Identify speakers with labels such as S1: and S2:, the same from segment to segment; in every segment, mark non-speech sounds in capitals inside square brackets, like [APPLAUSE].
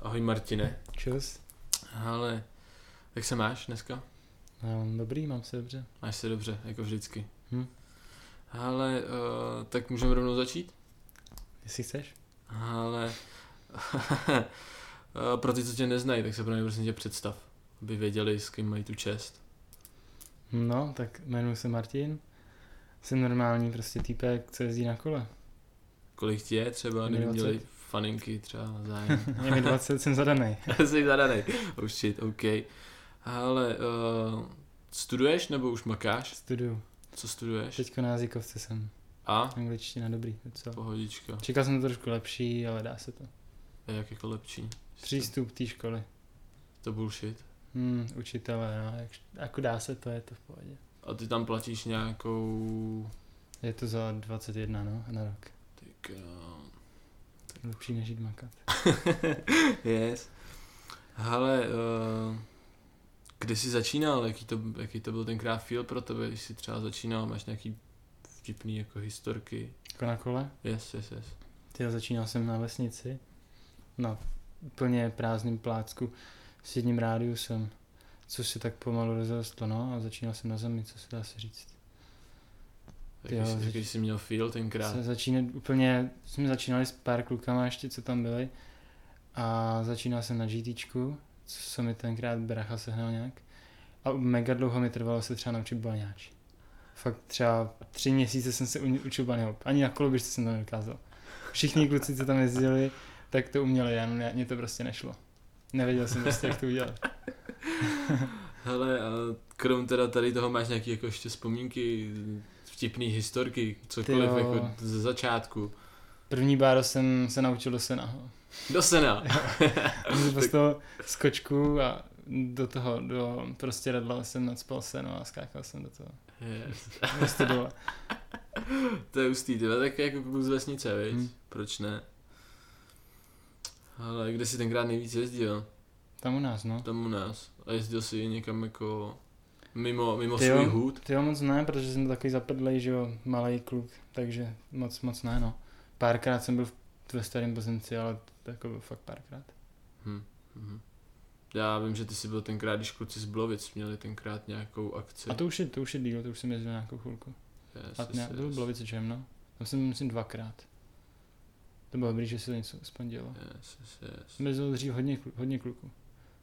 S1: Ahoj Martine.
S2: Čus.
S1: Ale jak se máš dneska?
S2: Já mám dobrý, mám se dobře.
S1: Máš se dobře, jako vždycky.
S2: Hm.
S1: Ale uh, tak můžeme rovnou začít?
S2: Jestli chceš?
S1: Ale [LAUGHS] eh, pro ty, co tě neznají, tak se pro ně prosím tě představ, aby věděli, s kým mají tu čest.
S2: No, tak jmenuji se Martin. Jsem normální prostě týpek, co jezdí na [LAUGHS] kole.
S1: Kolik ti je třeba,
S2: Mě
S1: kdyby měli
S2: 20.
S1: faninky třeba
S2: [LAUGHS]
S1: zájem.
S2: Je mi 20, jsem zadaný.
S1: [LAUGHS] Jsi zadanej. Oh shit, OK. Ale uh, studuješ nebo už makáš?
S2: Studuju.
S1: Co studuješ?
S2: Teďko na jazykovce jsem.
S1: A?
S2: Angličtina dobrý, docela.
S1: Pohodička.
S2: Čekal jsem to trošku lepší, ale dá se to.
S1: A jak jako lepší?
S2: Přístup té školy.
S1: To bullshit.
S2: Hmm, učitele, no, jak, jako dá se to, je to v pohodě.
S1: A ty tam platíš nějakou...
S2: Je to za 21, no, na rok.
S1: Ty krám.
S2: Lepší než jít makat.
S1: yes. Hele, uh, kdy jsi začínal? Jaký to, jaký to byl tenkrát feel pro tebe, když jsi třeba začínal? Máš nějaký vtipný jako historky?
S2: Jako na kole?
S1: Yes, yes, yes.
S2: Tyjo, začínal jsem na vesnici, na úplně prázdném plácku s jedním rádiusem, což se tak pomalu rozrostlo, no, a začínal jsem na zemi, co se dá se říct.
S1: Jaký,
S2: Jo,
S1: jsi,
S2: zač-
S1: jaký jsi měl feel tenkrát?
S2: Se začínat úplně, jsme začínali s pár klukama ještě, co tam byli, a začínal jsem na GTčku, co mi tenkrát bracha sehnal nějak, a mega dlouho mi trvalo se třeba naučit balňáč. Fakt třeba tři měsíce jsem se u- učil banihop. Ani na koloběžce jsem to nedokázal. Všichni kluci, co tam jezdili, tak to uměli, já ne, mě to prostě nešlo. Nevěděl jsem prostě, jak to udělat.
S1: Hele, a krom teda tady toho máš nějaký jako ještě vzpomínky, vtipný historky, cokoliv
S2: Ty jo.
S1: jako ze začátku.
S2: První báro jsem se naučil do senaho.
S1: Do
S2: [LAUGHS]
S1: sena.
S2: jsem prostě z kočku a do toho, do prostě radla jsem nadspal seno a skákal jsem do toho.
S1: Yes.
S2: Prostě dole.
S1: To je hustý, tyhle, tak jako kluk z vesnice, viď?
S2: Hm.
S1: Proč ne? Ale kde jsi tenkrát nejvíc jezdil?
S2: Tam u nás, no.
S1: Tam u nás. A jezdil jsi někam jako mimo, mimo
S2: Ty
S1: svůj
S2: jo.
S1: hůd?
S2: Ty jo, moc ne, protože jsem takový zapedlej, že jo, malý kluk, takže moc, moc ne, no. Párkrát jsem byl v- ve starém Plzenci, ale to jako byl fakt párkrát.
S1: Hm. Mhm. Já vím, že ty jsi byl tenkrát, když kluci z Blovic měli tenkrát nějakou akci.
S2: A to už je, to už je díl, to už jsem jezdil nějakou chvilku.
S1: Yes,
S2: A ne, to bylo Blovice Jam, no. Tam jsem myslím dvakrát. To bylo dobrý, že se to něco aspoň dělo.
S1: Yes, yes, yes.
S2: Jsem jezdil dřív hodně, klu- hodně kluků.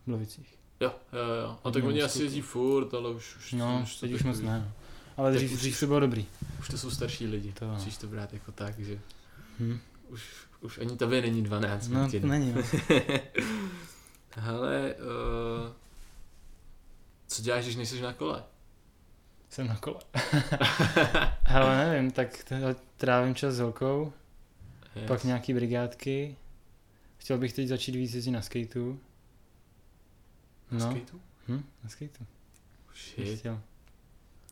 S2: V Blovicích.
S1: Jo, jo, jo. A tak
S2: Hodně
S1: oni
S2: moc
S1: asi
S2: kluků.
S1: jezdí furt, ale už, už,
S2: No,
S1: už, to
S2: teď už moc
S1: takový-
S2: ne, no. Ale
S1: Tak
S2: dřív,
S1: už-
S2: dřív to bylo dobrý.
S1: už to jsou starší lidi.
S2: To jo.
S1: Musíš to brát jako tak, že
S2: No. Hm.
S1: už, už ani tobě není 12.
S2: No,
S1: Martine. [LAUGHS]
S2: to není, no.
S1: Hele, uh, co děláš, když nejsi na kole?
S2: Jsem na [LAUGHS] kole. Ale nevím, tak t- trávím čas s holkou,
S1: Yes.
S2: Pak nějaký brigádky. Chtěl bych teď začít víc jezdit na skateu.
S1: Na
S2: No,
S1: skateu?
S2: hm, na skateu.
S1: [LAUGHS]
S2: Bych
S1: Shit.
S2: chtěl.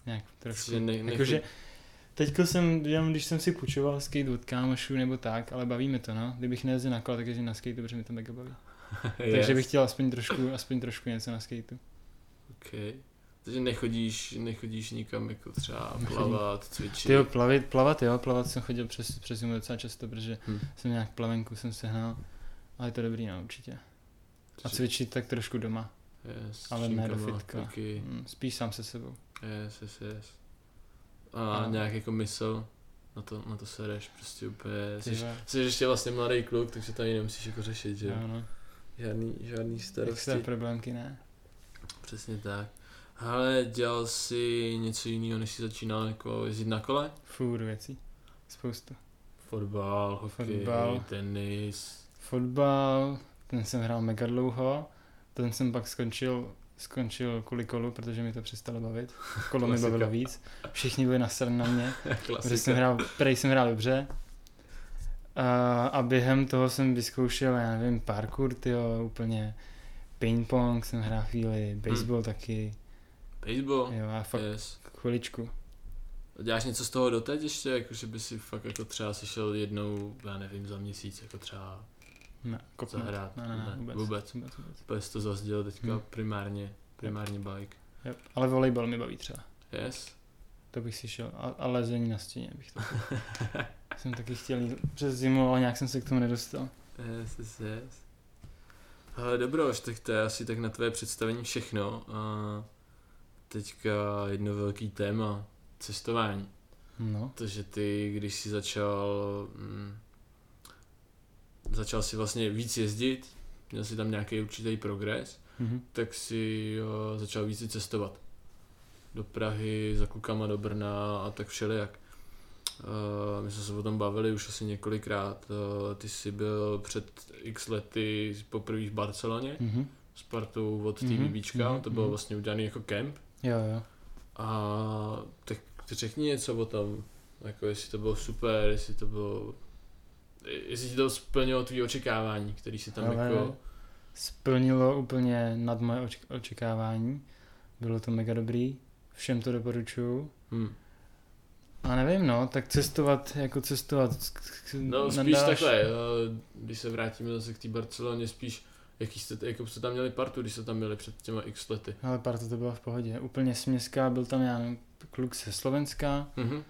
S2: Nějak trošku.
S1: Že ne- ne-
S2: Jakože teďko jsem, jenom když jsem si půjčoval skate od kámošů nebo tak, ale baví mě to, no. Kdybych nejezdil na kole, tak jezdím na skateu, protože mi to mega baví.
S1: yes.
S2: Takže bych chtěl aspoň trošku, aspoň trošku něco na skateu.
S1: Okay. Takže nechodíš, nechodíš nikam jako třeba
S2: Nechodím.
S1: plavat, cvičit.
S2: Ty jo, plavit, plavat jo, plavat jsem chodil přes, přes zimu docela často, protože
S1: Hm.
S2: hm. jsem nějak plavenku jsem sehnal, ale je to dobrý, no, určitě. A
S1: Takže-
S2: cvičit tak trošku doma,
S1: yes,
S2: ale ne do
S1: šinkama
S2: fitka.
S1: Taky.
S2: Hm, spíš sám se sebou.
S1: Yes, yes, yes. A
S2: Ano.
S1: nějak jako mysl, na to, na to sereš prostě úplně. Jsi,
S2: Ty vole.
S1: jsi ještě vlastně mladý kluk, takže tady nemusíš jako řešit, že jo?
S2: Jo, no.
S1: Žádný, žádný starosti.
S2: Extra problémky ne.
S1: Přesně tak. Ale dělal jsi něco jiného, než jsi začínal jako jezdit na kole?
S2: Fůru věcí. Spoustu.
S1: Fotbal, hokej,
S2: Fotbal. [LAUGHS]
S1: tenis.
S2: Fotbal, ten jsem hrál mega dlouho, ten jsem pak skončil, skončil kvůli kolu, protože mi to přestalo bavit. Kolo mi
S1: Klasika.
S2: bavilo víc. Všichni byli nasrn na mě, protože jsem
S1: Klasika.
S2: hrál, prej jsem hrál dobře. A, a během toho jsem vyzkoušel, já nevím, parkour, tyjo, úplně ping-pong jsem hrál chvíli, baseball taky,
S1: Hmm. Baseball.
S2: jo, a fakt
S1: Yes.
S2: chviličku.
S1: A Děláš něco z toho doteď ještě? Jako, že by si fakt jako třeba si šel jednou, já nevím, za měsíc, jako třeba
S2: Ne, kopnout.
S1: Zahrát,
S2: Ne, ne,
S1: ne,
S2: ne, vůbec.
S1: vůbec.
S2: vůbec, vůbec.
S1: úplně jsi to zazděl teďka
S2: Hmm.
S1: primárně, primárně bike.
S2: Jo, ale volejbal mi baví třeba.
S1: Yes.
S2: To bych si šel. A, a lezení na stěně bych to
S1: [LAUGHS]
S2: Jsem taky chtěl jít přes zimu, ale nějak jsem se k tomu nedostal.
S1: Yes, yes, yes. Hele, dobro, tak to je asi tak na tvé představení všechno. A teďka jedno velký téma, cestování.
S2: No,
S1: Protože ty, když jsi začal, mm, začal si vlastně víc jezdit, měl si tam nějaký určitý progres,
S2: mhm.
S1: tak si jo, začal víc i cestovat. Do Prahy, za klukama do Brna a tak všelijak. Eh, My jsme se o tom bavili už asi několikrát. Eh, Ty jsi byl před x lety poprvé v Barceloně
S2: Mhm.
S1: s partou od
S2: Mhm,
S1: TVBčka,
S2: mhm,
S1: to bylo
S2: mhm.
S1: vlastně udělaný jako kemp.
S2: jo, jo.
S1: A tak ty řekni něco o tom, jako jestli to bylo super, jestli to bylo, jestli ti to splnilo tvý očekávání, který si tam
S2: Ale
S1: jako,
S2: Splnilo úplně nad moje oč- očekávání. Bylo to mega dobrý. Všem to doporučuju.
S1: hm.
S2: A nevím, no, tak cestovat, jako cestovat. k- k-
S1: no spíš
S2: nadáš-
S1: takhle, eh, když se vrátíme zase k té Barceloně, spíš jaký jste, jako jste tam měli partu, když jste tam měli před těma x lety.
S2: Ale parta to byla v pohodě. Úplně směská, byl tam já nevím, kluk ze Slovenska,
S1: Mhm.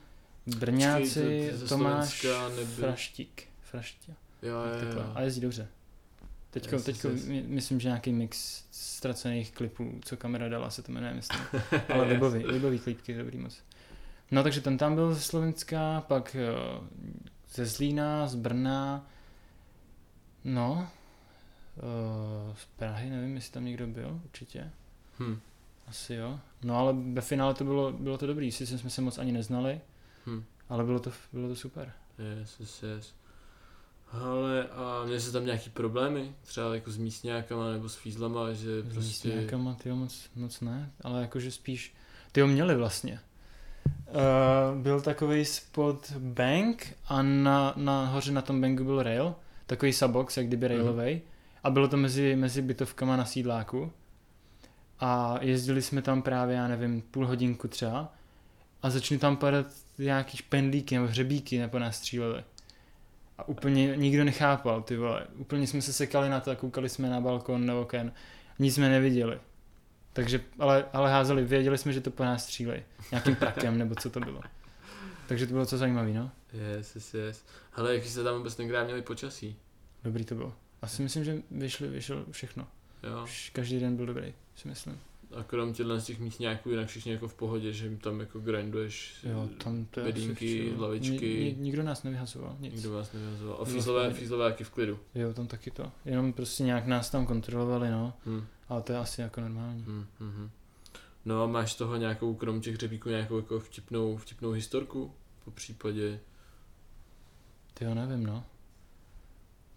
S1: Počkej,
S2: Brňáci,
S1: to- to ze
S2: Tomáš,
S1: Slovenska nebyl.
S2: Fraštík. Fraštík.
S1: Jo, jo,
S2: takhle.
S1: jo.
S2: A jezdí dobře. Teďko,
S1: Jasně,
S2: teďko
S1: jasně.
S2: my- myslím, že nějaký mix ztracených klipů, co kamera dala, se to
S1: [LAUGHS]
S2: jmenuje, myslím. Ale libový, libový klipky, dobrý moc. No takže ten tam byl ze Slovenska, pak eh, ze Zlína, z Brna, no, eh, z Prahy, nevím, jestli tam někdo byl, určitě.
S1: Hm.
S2: Asi jo. No ale ve finále to bylo, bylo to dobrý, sice jsme se moc ani neznali,
S1: Hm.
S2: ale bylo to, bylo to super.
S1: Yes, yes, yes. Ale a měli jste tam nějaký problémy? Třeba jako s místňákama nebo s fízlama, že
S2: S
S1: prostě...
S2: Místňákama, tyjo, moc, moc ne, ale jakože spíš, tyjo, měli vlastně. Uh, byl takový spod bank a na, nahoře na tom banku byl rail, takový sabox, jak kdyby
S1: Mhm.
S2: railovej. A bylo to mezi, mezi bytovkama na sídláku. A jezdili jsme tam právě, já nevím, půl hodinku třeba. A začaly tam padat nějaký špendlíky nebo hřebíky, nebo nás stříleli. A úplně nikdo nechápal, ty vole. Úplně jsme se sekali na to a koukali jsme na balkon nebo oken. Nic jsme neviděli. Takže, ale, ale házeli, věděli jsme, že to po nás střílej. Nějakým prakem, nebo co to bylo. Takže to bylo co zajímavé, no.
S1: Yes, yes, yes. Hele, jaký jste tam vůbec tenkrát měli počasí?
S2: Dobrý to bylo. Asi myslím, že vyšli, vyšel všechno.
S1: Jo.
S2: Už Každý den byl dobrý, si myslím.
S1: A krom těchto z těch místňáků, jinak všichni jako v pohodě, že jim tam jako grinduješ. eh,
S2: Jo, tam to je asi
S1: bedínky,
S2: v čili.
S1: lavičky.
S2: Ni, ni, nikdo nás nevyhazoval, nic.
S1: Nikdo vás nevyhazoval. A
S2: Bylo v
S1: fízlové,
S2: pohodě.
S1: fízlové jaký v klidu.
S2: Jo, tam taky to. Jenom prostě nějak nás tam kontrolovali, no.
S1: Hm,
S2: Ale to je asi jako normální.
S1: hm, hm, hm. No a máš z toho nějakou, krom těch řepíků, nějakou jako vtipnou, vtipnou historku? Po případě,
S2: Ty jo, nevím, no.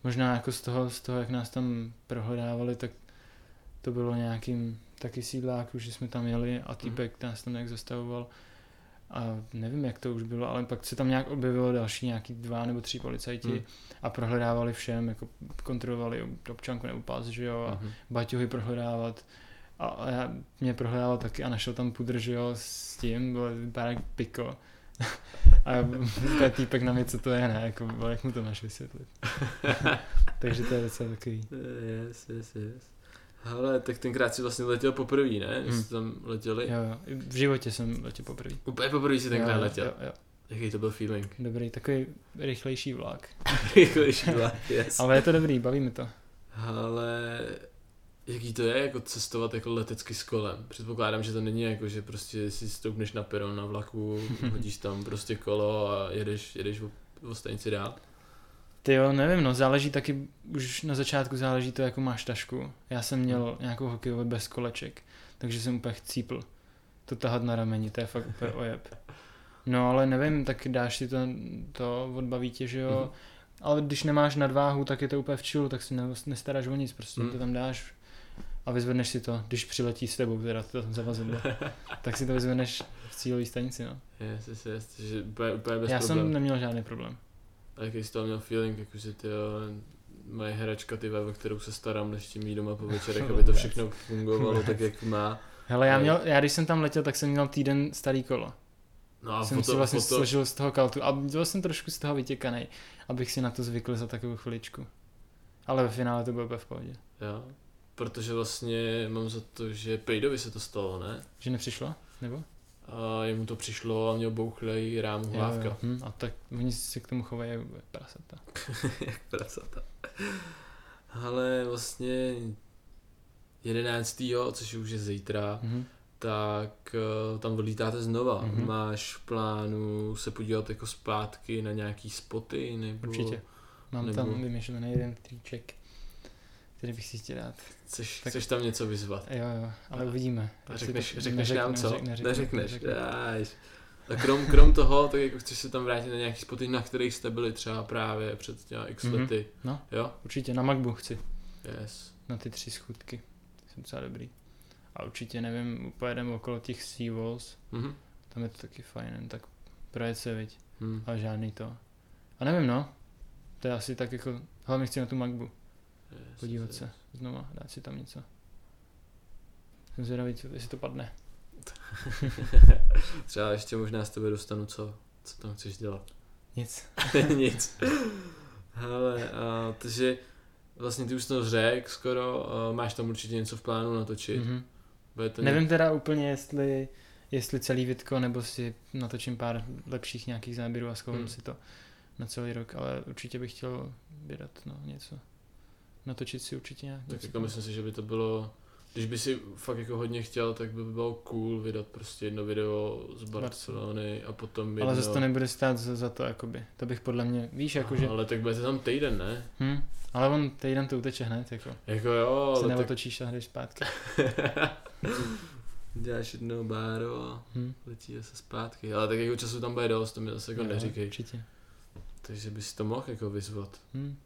S2: Možná jako z toho, z toho, jak nás tam prohledávali, tak to bylo nějakým taky sídláku, že jsme tam jeli a týpek nás tam nějak zastavoval. A nevím, jak to už bylo, ale pak se tam nějak objevilo další nějaký dva nebo tři policajti
S1: Mhm.
S2: a prohledávali všem, jako kontrolovali občanku nebo pas, že jo, a
S1: mhm.
S2: baťohy prohledávat. A, a já, mě prohledával taky a našel tam pudr, že jo, s tím, bylo vypadá jak piko. [LAUGHS] a ten týpek na mě, co to je, ne, jako, vole, jak mu to máš vysvětlit. [LAUGHS] Takže to je docela takový.
S1: Yes, yes, yes. Hele, tak tenkrát si vlastně letěl poprvé, ne? Když
S2: Hm.
S1: jste tam letěli.
S2: Jo, jo. V životě jsem letěl poprvé.
S1: Úplně poprvé si tenkrát
S2: Jo,
S1: letěl.
S2: Jo, jo.
S1: Jaký to byl feeling? [LAUGHS] Jako,
S2: Dobrý, takový rychlejší vlak.
S1: Rychlejší vlak, yes.
S2: Ale je to dobrý, baví mi to.
S1: Ale jaký to je jako cestovat jako letecky s kolem? Předpokládám, že to není jako, že prostě si stoupneš na peron na vlaku,
S2: [LAUGHS]
S1: hodíš tam prostě kolo a jedeš, jedeš o, o stanici dál.
S2: Ty jo, nevím, no záleží taky, už na začátku záleží to, jakou máš tašku. Já jsem měl nějakou hokejovou bez koleček, takže jsem úplně chcípl. To tahat na rameni, to je fakt úplně ojeb. No ale nevím, tak dáš si to, to odbaví tě, že jo. Ale když nemáš nadváhu, tak je to úplně v chillu, tak si ne, nestaráš o nic, prostě
S1: Mhm.
S2: to tam dáš a vyzvedneš si to, když přiletí s tebou, teda to tam zavazadlo, tak si to vyzvedneš v cílové stanici, no.
S1: Yes, yes, yes, že úplně, úplně bez
S2: Já
S1: problém.
S2: jsem neměl žádný problém.
S1: A jaký jsi tam měl feeling, jako že ty moje hračka, ty ve kterou se starám, než tím jí doma po večerech, aby to všechno fungovalo tak, jak má.
S2: Hele, já,
S1: Jo.
S2: měl, já když jsem tam letěl, tak jsem měl týden starý kolo.
S1: No a
S2: jsem si
S1: potom,
S2: vlastně
S1: potom,
S2: složil z toho kaltu a byl jsem trošku z toho vytěkaný, abych si na to zvykl za takovou chviličku. Ale ve finále to bylo úplně v pohodě.
S1: jo, protože vlastně mám za to, že Pejdovi se to stalo, ne?
S2: Že nepřišlo? Nebo?
S1: A jemu to přišlo a měl bouchlej rámu
S2: Jo,
S1: hlávka.
S2: jo. Hm, a tak oni se k tomu chovají jak prasata.
S1: Prasata. Ale vlastně 11. což už je zítra,
S2: Mhm.
S1: tak eh, tam odlítáte znova.
S2: Mhm.
S1: Mm-hmm. Máš v plánu se podívat jako zpátky na nějaký spoty nebo
S2: Určitě. Mám
S1: nebo-
S2: tam vymyšlený jeden triček, který bych si chtěl dát.
S1: Chceš,
S2: Tak-
S1: chceš tam něco vyzvat.
S2: Jo, jo, ale uvidíme.
S1: A
S2: Jestli
S1: řekneš,
S2: to-
S1: řekneš
S2: neřeknu,
S1: nám co?
S2: neřeknu, neřeknu,
S1: Neřekneš.
S2: neřeknu.
S1: Aj. A krom, krom toho, tak jako chceš se tam vrátit na nějaký spoty, na kterých jste byli třeba právě před těma x
S2: Mhm.
S1: lety.
S2: No.
S1: Jo?
S2: Určitě na MacBook chci,
S1: Yes.
S2: na ty tři schůdky. Jsem docela dobrý. A určitě nevím, pojedeme okolo těch Sea Walls,
S1: Mhm.
S2: tam je to taky fajn, jen tak projet se, viď.
S1: Hm.
S2: A žádný to. A nevím, no. To je asi tak jako, hlavně chci na tu MacBook
S1: Yes,
S2: podívat
S1: yes.
S2: se znova, dát si tam něco. Jsem zvědavý, co, jestli to padne.
S1: Třeba ještě možná z tebe dostanu, co, co tam chceš dělat. [LAUGHS]
S2: Nic.
S1: Nic. Hele, a, takže vlastně ty už to řekl skoro, a, máš tam určitě něco v plánu natočit. Mm-hmm.
S2: Mhm.
S1: Bude to
S2: Nevím teda úplně, jestli, jestli celý Vitko, nebo si natočím pár lepších nějakých záběrů a schovám
S1: Hmm.
S2: hmm. si to na celý rok, ale určitě bych chtěl vydat no, něco. Natočit si určitě nějak.
S1: Tak
S2: něco.
S1: jako myslím si, že by to bylo, když by si fakt jako hodně chtěl, tak by bylo cool vydat prostě jedno video z Barcelony a potom jedno...
S2: ale zase to jako, nebude stát za, za to, jakoby. To bych podle mě, víš, jakože.
S1: Ale tak budete tam týden, ne?
S2: Hm, ale on týden to uteče hned, jako.
S1: Jako jo,
S2: Se
S1: ale tak...
S2: neotočíš a jdeš zpátky.
S1: [LAUGHS] Děláš jedno báro a
S2: Hm.
S1: [LAUGHS] letí se zpátky. Ale tak jako času tam bude dost, to mi zase jako
S2: Jo,
S1: neříkej.
S2: Určitě.
S1: Takže bys to mohl jako vyzvat.
S2: Hm.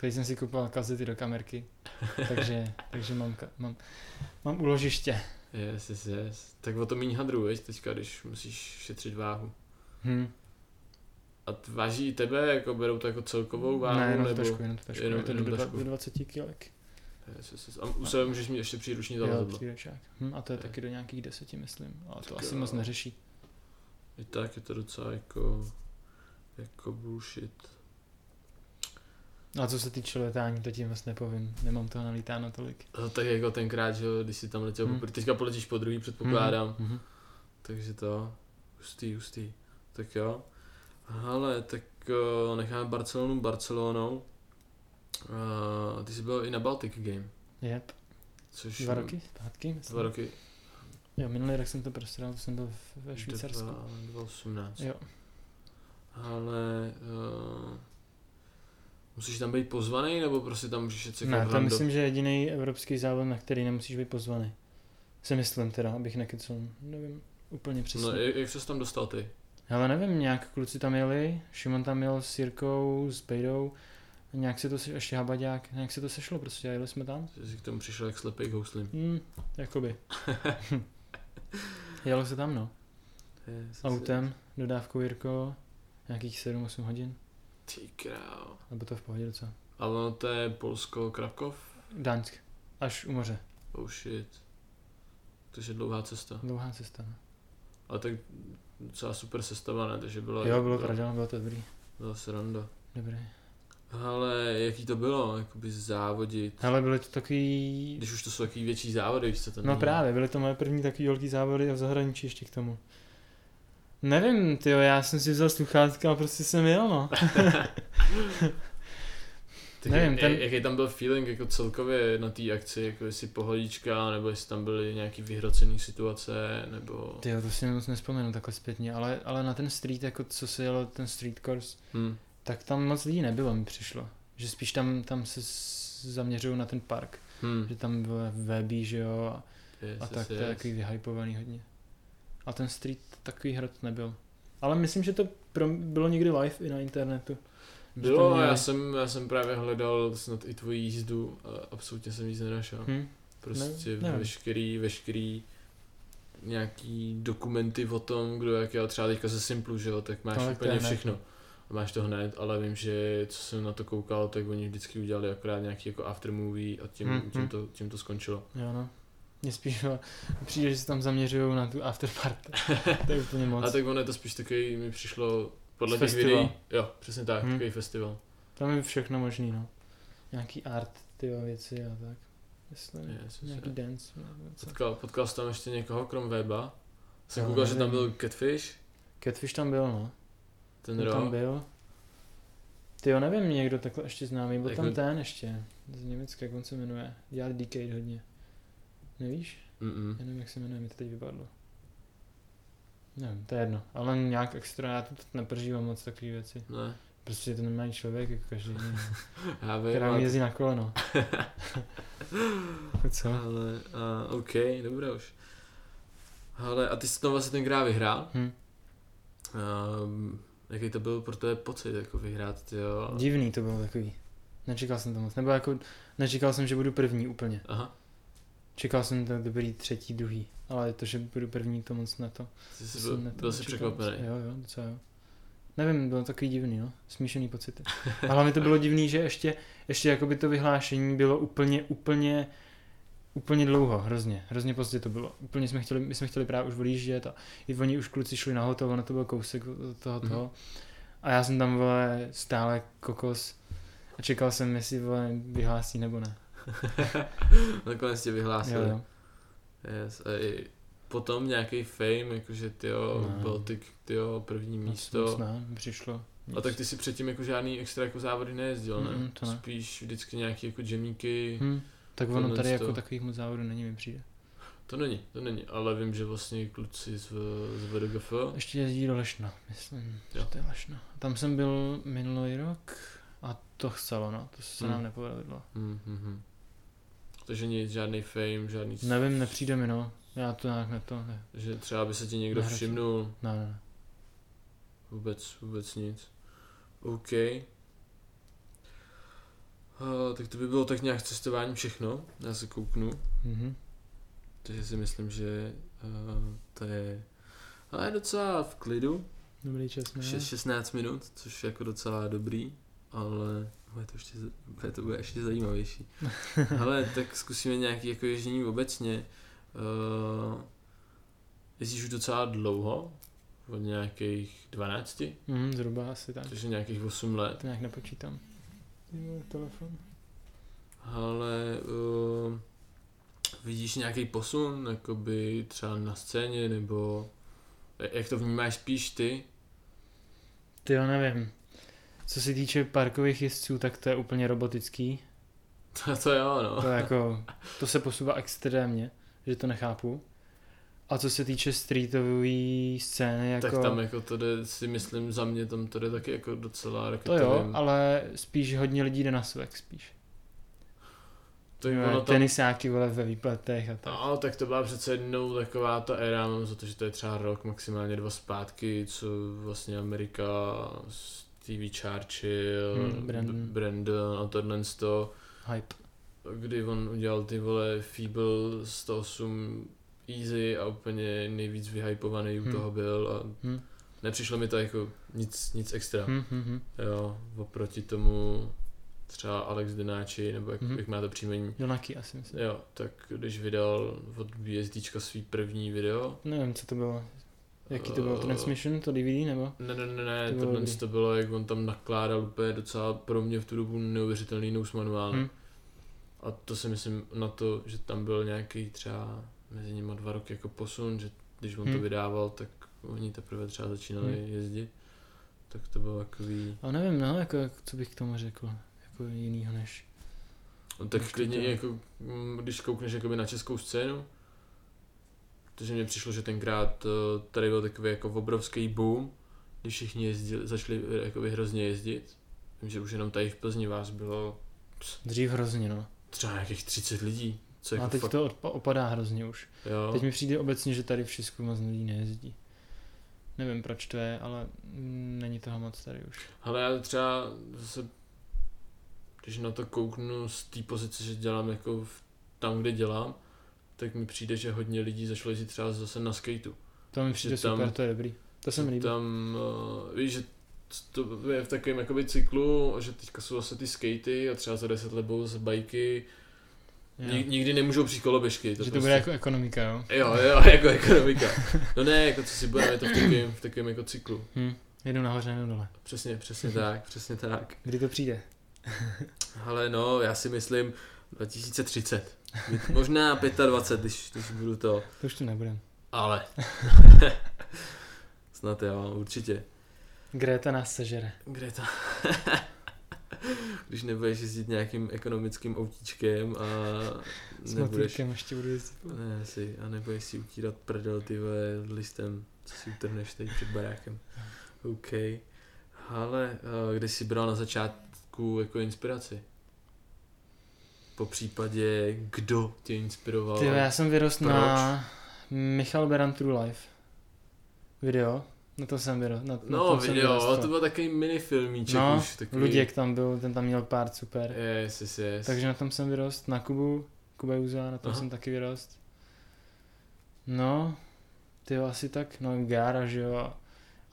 S2: Teď jsem si kupoval kazety do kamerky,
S1: [LAUGHS]
S2: takže, takže mám, ka- mám, mám uložiště.
S1: Yes, yes, yes. Tak o to méně hadru, veď, teďka, když musíš šetřit váhu.
S2: Hm.
S1: A t- váží i tebe, jako berou to jako celkovou váhu,
S2: ne, jenom
S1: nebo...
S2: tašku, jenom tašku,
S1: jenom-
S2: je to
S1: jenom
S2: do, dva-
S1: tašku.
S2: do 20 kilek.
S1: Yes, yes, yes. A u sebe můžeš mít ještě příručně
S2: Jo,
S1: zavazadlo.
S2: příručák. Hm, a to je
S1: Jo.
S2: taky do nějakých deseti, myslím. Ale to
S1: Tak
S2: asi
S1: jo.
S2: moc neřeší.
S1: I tak je to docela jako... Jako bullshit.
S2: No A co se týče letání, to ti moc nepovím. Nemám toho nalítáno tolik.
S1: A to tak jako tenkrát, že jo, když jsi tam letěl,
S2: Hmm.
S1: hmm. teďka poletíš po druhý, předpokládám. Hmm.
S2: Mhm.
S1: Takže to, hustý, hustý. Tak jo. Ale tak eh, necháme Barcelonu Barcelonou. Eh, ty jsi byl i na Baltic Game,
S2: Yep.
S1: což...
S2: Dva roky zpátky, myslím.
S1: Dva roky,
S2: Jo, minulý rok jsem to prostral, to jsem byl v- ve Švýcarsku.
S1: 2018.
S2: Jo.
S1: Ale uh, musíš tam být pozvaný, nebo prostě tam můžeš jet jako
S2: Ne, to
S1: rando?
S2: myslím, že je jediný evropský závod, na který nemusíš být pozvaný. Si myslím teda, abych nekecel, nevím úplně přesně.
S1: No, jak, jak ses tam dostal ty?
S2: Hele, nevím, nějak kluci tam jeli, Šimon tam jel s Jirkou, s Bejdou, nějak se to, se, ještě Habaďák, nějak se to sešlo prostě, a jeli jsme tam.
S1: Že Jsi k tomu přišel jak slepý k houslím.
S2: Hmm, jakoby. Jelo se tam, no. Autem, dodávkou Jirko, nějakých 7-8 hodin,
S1: Ty král.
S2: nebo to v pohodě docela.
S1: Ale no, to je Polsko, Krakov?
S2: Dáňsk, až u moře,
S1: Oh shit. Takže dlouhá cesta.
S2: dlouhá cesta. no.
S1: Ale tak docela super sestava, ne? Takže bylo...
S2: Jo, bylo pradělno, bylo to dobrý,
S1: Byla sranda.
S2: dobrý.
S1: Ale jaký to bylo, jakoby závodit?
S2: Hele, byly to takový...
S1: Když už to jsou takový větší závody, víš co to
S2: No právě, byly to moje první takový velký závody a v zahraničí ještě k tomu. Nevím, ty já jsem si vzal sluchátka a prostě jsem jel, no.
S1: Tak
S2: Nevím,
S1: Nevím, jak,
S2: ten-
S1: ten... jaký tam byl feeling jako celkově na té akci, jako jestli pohodička, nebo jestli tam byly nějaký vyhrocený situace, nebo...
S2: Ty jo, to si moc nespomenu takhle zpětně, ale, ale na ten street, jako co se jelo, ten street course,
S1: Hm.
S2: tak tam moc lidí nebylo, mi přišlo. Že spíš tam, tam se s- zaměřují na ten park.
S1: Hm.
S2: Že tam byl webí, že jo, a,
S1: Yes,
S2: a
S1: yes,
S2: tak to je
S1: yes.
S2: takový vyhypovaný hodně. A ten street takový hrot nebyl. Ale myslím, že to pro, bylo někdy live i na internetu. Že to
S1: Bylo,
S2: měli-
S1: já jsem, já jsem právě hledal snad i tvoji jízdu a absolutně jsem nic nenašel.
S2: Hm?
S1: Prostě
S2: nevím.
S1: veškerý, veškerý nějaký dokumenty o tom, kdo jak je, třeba teďka ze Simplu, že jo, tak máš
S2: No, tak
S1: no,
S2: to je
S1: úplně
S2: hned.
S1: všechno. A máš to hned, ale vím, že co jsem na to koukal, tak oni vždycky udělali akorát nějaký jako aftermovie a tím,
S2: Mhm.
S1: mm-hmm. tím, to, tím to skončilo.
S2: Jo no. Mně spíš [LAUGHS] jo, přijde, že se tam zaměřují na
S1: [LAUGHS]
S2: tu afterparty. to je úplně moc.
S1: A tak ono je to spíš takový, mi přišlo podle
S2: Z
S1: těch
S2: festival.
S1: videí. Jo, přesně tak,
S2: Hm.
S1: hmm. takový festival.
S2: Tam je všechno možný, no. Nějaký art, ty jo, věci a tak. Jestli ne,
S1: Yes, yes,
S2: nějaký
S1: yes.
S2: dance. no, Nebo co.
S1: Potkal, potkal jsi tam ještě někoho, krom Weba. Jsem
S2: Já
S1: koukal, že tam
S2: nevím.
S1: byl Catfish,
S2: Catfish tam byl, no.
S1: ten
S2: Ten tam
S1: rok.
S2: byl. Ty jo, nevím, někdo takhle ještě známý, byl
S1: Jako-
S2: tam ten ještě, z Německa, jak on se jmenuje, dělá Decade hodně. Nevíš?
S1: Mm-mm.
S2: Já nevím, jak se jmenuje, mi to teď vypadlo. Nevím, to je jedno, ale nějak extra, já to neprožívám moc takový věci.
S1: Ne,
S2: Prostě je to normální člověk, jako každý jiný,
S1: já vím,
S2: která
S1: ale-
S2: mi jezdí na koleno. Tak Co?
S1: Ale, uh, OK, dobré už. Ale a ty jsi to vlastně tenkrát vyhrál.
S2: Hm.
S1: Um, jaký to byl pro tebe pocit, jako vyhrát, jo?
S2: Divný to bylo takový. Nečekal jsem to moc, nebo jako nečekal jsem, že budu první úplně.
S1: Aha,
S2: Čekal jsem to dobrý třetí, druhý, ale to, že budu první, to moc na to.
S1: ty jsi
S2: jsem
S1: byl,
S2: na to
S1: byl jsi
S2: nečekal.
S1: překvapený.
S2: Jo, jo, docela jo. Nevím, bylo takový divný, no. Smíšený pocity. A hlavně
S1: [LAUGHS]
S2: to bylo divný, že ještě, ještě jakoby to vyhlášení bylo úplně, úplně, úplně dlouho, hrozně, hrozně pozdě to bylo. Úplně jsme chtěli, my jsme chtěli právě už odjíždět a i oni už kluci šli na hotovo, ono to byl kousek od toho,
S1: Mhm.
S2: toho. A já jsem tam, vole, stále kokos a čekal jsem, jestli, vole, vyhlásí nebo ne.
S1: [LAUGHS] Nakonec tě vyhlásil.
S2: Jo, jo.
S1: Yes. A i potom nějaký fame, jakože ty jo,
S2: Ne.
S1: Baltic, ty jo, první místo.
S2: No. Moc, moc ne, přišlo.
S1: A tak ty si předtím jako žádný extra jako závody nejezdil, ne?
S2: Mm, to ne.
S1: Spíš vždycky nějaký jako džemíky.
S2: Hm, tak ono
S1: Tohle
S2: tady
S1: to.
S2: jako takových moc závodů není, mi přijde.
S1: To není, to není, ale vím, že vlastně kluci z, z VDGF,
S2: Ještě jezdí do Lešna, myslím,
S1: Jo.
S2: jo. že to je Lešna. Tam jsem byl minulý rok a to chcelo, no, to se
S1: Hmm.
S2: hmm. nám nepovedlo.
S1: Mm-hmm. Takže nic, žádný fame, žádný...
S2: Nevím, nepřijde mi, no, já to nějak na to, ne,
S1: Že třeba by se ti někdo
S2: Nehrozí.
S1: všimnul,
S2: ne, ne.
S1: vůbec, vůbec nic. OK. Uh, tak to by bylo tak nějak cestování všechno, já se kouknu,
S2: Mhm.
S1: takže si myslím, že uh, to je... Ale je docela v klidu,
S2: Dobrý čas, ne?
S1: Šest- 16 minut, což je jako docela dobrý, ale bude to, ještě, bude to bude ještě zajímavější. Ale tak zkusíme nějaký jako ježdění obecně. Uh, jezdíš už docela dlouho, od nějakých 12,
S2: Mhm, zhruba asi tak.
S1: takže nějakých 8 let,
S2: To nějak nepočítám. Jo, telefon.
S1: ale uh, vidíš nějaký posun, jakoby třeba na scéně, nebo jak to vnímáš spíš ty? [LAUGHS]
S2: Ty jo, nevím. Co se týče parkových jezdců, tak to je úplně robotický.
S1: To, to jo, no.
S2: To,
S1: [LAUGHS]
S2: je jako, to se posouvá extrémně, že to nechápu. A co se týče streetové scény, jako...
S1: Tak tam jako to jde, si myslím, za mě tam to jde taky jako docela
S2: To
S1: raketovým.
S2: jo, ale spíš hodně lidí jde na svek spíš.
S1: to,
S2: Jo,
S1: ono tam,
S2: Tenisáky vole ve výpletech a tak.
S1: no, tak to byla přece jednou taková ta éra, mám za to, že to je třeba rok, maximálně dva zpátky, co vlastně Amerika, Stevie Churchill,
S2: Hmm, Brandon.
S1: B- Brandon a tohle z toho,
S2: Hype.
S1: kdy on udělal ty vole Feeble 108 Easy a úplně nejvíc vyhypovaný u
S2: Hmm.
S1: toho byl a
S2: Hm.
S1: nepřišlo mi to jako nic, nic extra.
S2: Hm, hm, hm.
S1: Jo, oproti tomu třeba Alex Denáči, nebo jak, mm-hmm.
S2: Mhm.
S1: jak má to příjmení.
S2: Donaky asi myslím.
S1: Jo, tak když vydal od BSDčka svý první video.
S2: Nevím, co to bylo. Jaký to bylo?
S1: Eh,
S2: Transmission? To DVD nebo?
S1: Ne, ne, ne, ne,
S2: To bylo
S1: tohle
S2: dobrý.
S1: to bylo, jak on tam nakládal úplně docela pro mě v tu dobu neuvěřitelný nous manuál.
S2: Hm.
S1: A to si myslím na to, že tam byl nějaký třeba mezi nimi dva roky jako posun, že když on to
S2: Hm.
S1: vydával, tak oni teprve třeba začínali
S2: Hm.
S1: jezdit. Tak to bylo takový...
S2: A nevím, no, jako, jak- co bych k tomu řekl. Jako jinýho než.
S1: No tak
S2: Určitě.
S1: klidně i jako, mm, když koukneš jakoby na českou scénu, protože mně přišlo, že tenkrát eh, tady byl takový jako obrovský boom, když všichni jezdili, začali eh, jakoby hrozně jezdit. Vím, že už jenom tady v Plzni vás bylo
S2: Dřív hrozně, no.
S1: třeba nějakých 30 lidí, co jako
S2: A teď
S1: fakt,
S2: to odpa- opadá hrozně už.
S1: jo.
S2: Teď mi přijde obecně, že tady v Česku moc lidí nejezdí. Nevím, proč to je, ale mm, není toho moc tady už.
S1: Ale já třeba zase, když na to kouknu z té pozice, že dělám jako v, tam, kde dělám, tak mi přijde, že hodně lidí začalo jezdit třeba zase na skateu.
S2: To mi přijde
S1: Že tam-
S2: super, to je dobrý. To se mi
S1: Že
S2: líbí.
S1: Tam, uh, víš, že to je v takovém jakoby cyklu, že teďka jsou zase ty skatey a třeba za 10 let budou zase bajky.
S2: Jo.
S1: Nik, nikdy nemůžou přijít koloběžky.
S2: Že to
S1: prostě-
S2: bude jako ekonomika, jo?
S1: Jo, jo, [LAUGHS] jako ekonomika. No ne, jako co si budeme, je to v takovém, v takovém jako cyklu.
S2: Hm. Jedu nahoře, jedu dole.
S1: Přesně,
S2: [LAUGHS]
S1: přesně tak, přesně tak.
S2: Kdy to přijde?
S1: Ale no, já si myslím 2030. Možná 25, když, když budu to.
S2: To už tu nebudem.
S1: Ale. [LAUGHS] Snad jo, určitě.
S2: Greta nás sežere.
S1: Greta. [LAUGHS] Když nebudeš jezdit nějakým ekonomickým autíčkem a
S2: S
S1: nebudeš,
S2: motýlkem ještě budu jezdit.
S1: ne, si, a nebudeš si utírat prdel ty vole, listem, co si utrhneš tady před barákem. OK. Ale kde jsi bral na začátku jako inspiraci? Po případě, kdo tě inspiroval?
S2: Ty, jo, já jsem vyrostl
S1: Proč?
S2: na Michal Beran True Life. Video? Na to jsem vyrostl. Na, na
S1: No,
S2: tom jsem
S1: video,
S2: vyrostl.
S1: ale to byl takový minifilmíček
S2: No,
S1: už. Takový...
S2: Luděk tam byl, ten tam měl pár super.
S1: Yes, yes, yes.
S2: Takže na tom jsem vyrostl, na Kubu, Kuba Juza, na tom
S1: Aha.
S2: jsem taky vyrostl. No, ty jo, asi tak, no Gara, že jo, a,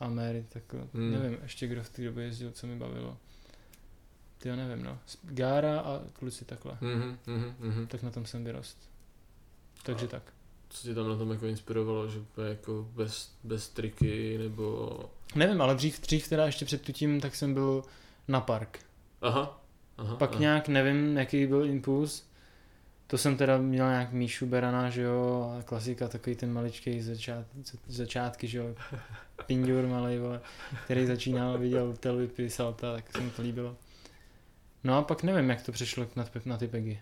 S2: a Mary, tak
S1: Hmm.
S2: hmm. nevím, ještě kdo v té době jezdil, co mi bavilo. Ty jo, nevím, no. S- Gara a kluci takhle.
S1: Mhm, mhm, mhm.
S2: Tak na tom jsem vyrostl. Takže
S1: A-
S2: tak.
S1: Co tě tam na tom jako inspirovalo, že úplně jako bez, bez triky, nebo...
S2: Nevím, ale dřív, dřív teda ještě před tutím, tak jsem byl na park.
S1: Aha, aha.
S2: Pak
S1: aha.
S2: nějak nevím, jaký byl impuls. To jsem teda měl nějak Míšu Berana, že jo, a klasika, takový ten maličký začát,
S1: [LAUGHS]
S2: začátky, že jo, pindur malej, vole, který začínal, viděl televy, písal ta, tak se mu to líbilo. No a pak nevím, jak to přešlo na, ty- na ty pegy.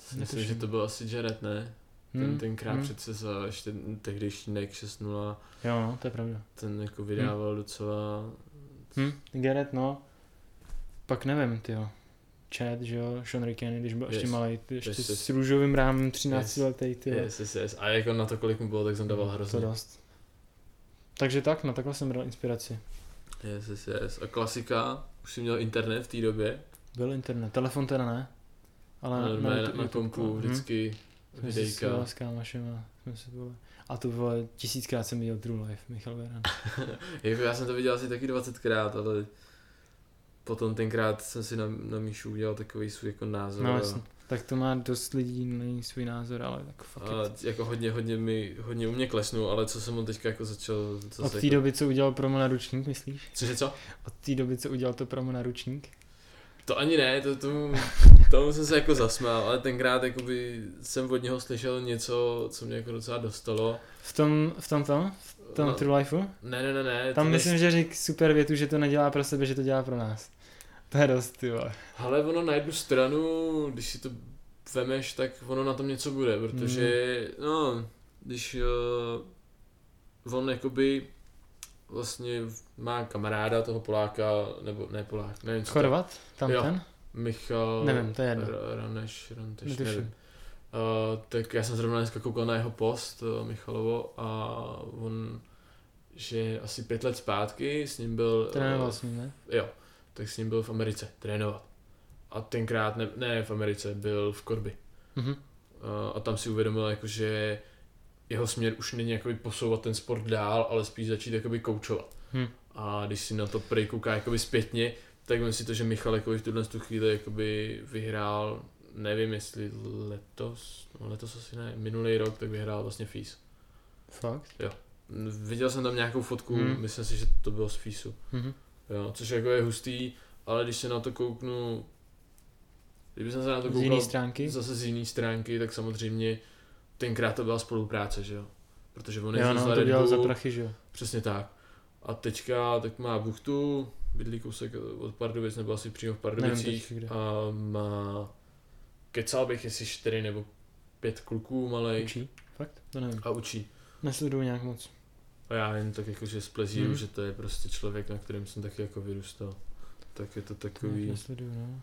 S1: Myslím, že
S2: netuším.
S1: to byl asi Jared, ne? Ten
S2: Hmm,
S1: tenkrát
S2: hmm.
S1: přece za ještě tehdejší NEC 6.0,
S2: Jo, no, to je pravda.
S1: ten jako vydával
S2: Hmm.
S1: docela...
S2: Hm, Garrett, no. Pak nevím, ty jo. Chad, že jo, Sean Rickany, když byl ještě
S1: Yes.
S2: malý, ještě
S1: Yes, yes.
S2: s růžovým rámem 13
S1: Yes.
S2: letý, ty jo.
S1: Yes, yes, yes. A jako na to, kolik mu bylo, tak jsem dával hrozně.
S2: To dost. Takže tak, no takhle jsem bral inspiraci.
S1: Yes, yes, yes. A klasika, už jsi měl internet v té době,
S2: Byl internet, telefon teda ne. Ale
S1: ale na, No, na, na
S2: YouTube-
S1: kompu vždycky
S2: Hm, jsme se
S1: videjka.
S2: sjeli s kámošema, jsme se byli. A to bylo tisíckrát jsem viděl True Life, Michal
S1: [LAUGHS]
S2: Veran.
S1: Jako já jsem to viděl asi taky 20krát, ale potom tenkrát jsem si na, na Míšu udělal takový svůj jako názor.
S2: No
S1: a-
S2: jasně. Tak to má dost lidí, není svůj názor, ale tak fuck
S1: a
S2: it.
S1: jako hodně, hodně, mi, hodně u mě klesnul, ale co jsem on teďka jako začal, co
S2: Od
S1: se
S2: té
S1: jako,
S2: doby, co udělal promo na ručník, myslíš?
S1: Cože co?
S2: Od té doby, co udělal to promo na ručník?
S1: To ani ne, to, tomu, tomu jsem se jako zasmál, ale tenkrát jakoby jsem od něho slyšel něco, co mě jako docela dostalo.
S2: V tom, v tom tom? V tom
S1: No,
S2: True Lifeu?
S1: Ne, ne, ne, ne.
S2: Tam
S1: to
S2: myslím, že řekl super větu, že to nedělá pro sebe, že to dělá pro nás. To je dost, ty vole.
S1: Ale ono na jednu stranu, když si to vemeš, tak ono na tom něco bude, protože, mm.
S2: Hmm.
S1: no, když uh, on jakoby vlastně má kamaráda toho Poláka, nebo ne Polák, nevím co to-
S2: Chorvat? Tam
S1: Jo.
S2: ten?
S1: Michal...
S2: Nevím, to je jedno.
S1: R- Raneš, Ranteš,
S2: Netuším.
S1: nevím. Uh, tak já jsem zrovna dneska koukal na jeho post, uh, Michalovo, a on, že asi pět let zpátky s ním byl...
S2: Trénoval s ním, ne?
S1: Uh, jo, tak s ním byl v Americe trénovat. A tenkrát, ne, ne v Americe, byl v Korby.
S2: Mhm.
S1: Uh, a tam si uvědomil, jako, že jeho směr už není jakoby posouvat ten sport dál, ale spíš začít jakoby koučovat.
S2: Hm.
S1: A když si na to prej kouká jakoby zpětně, tak myslím si to, že Michal jakoby v tuhle tu chvíli jakoby vyhrál, nevím jestli letos, no letos asi ne, minulý rok, tak vyhrál vlastně FIS.
S2: Fakt?
S1: Mm, Viděl jsem tam nějakou fotku,
S2: Hm.
S1: myslím si, že to bylo z FISu.
S2: Mhm.
S1: Jo, což jako je hustý, ale když se na to kouknu, kdyby jsem se na to
S2: Z
S1: koukal
S2: jiné stránky?
S1: zase z jiné stránky, tak samozřejmě tenkrát to byla spolupráce, že jo? Protože on
S2: Jo,
S1: jezdil
S2: no,
S1: za
S2: to
S1: Red
S2: dělal za
S1: Bull,
S2: prachy, že jo.
S1: přesně tak. A teďka tak má buchtu, bydlí kousek od Pardubic, nebo asi přímo v Pardubicích
S2: teďka kde.
S1: a má, kecal bych, jestli čtyři nebo pět kluků malej
S2: Učí? Fakt? To nevím.
S1: a učí.
S2: Nesleduju nějak moc.
S1: A já jen tak jakože splezíru,
S2: Mhm.
S1: že to je prostě člověk, na kterém jsem taky jako vyrůstal. Tak je to
S2: To nějak
S1: takový...
S2: Nesleduju, no.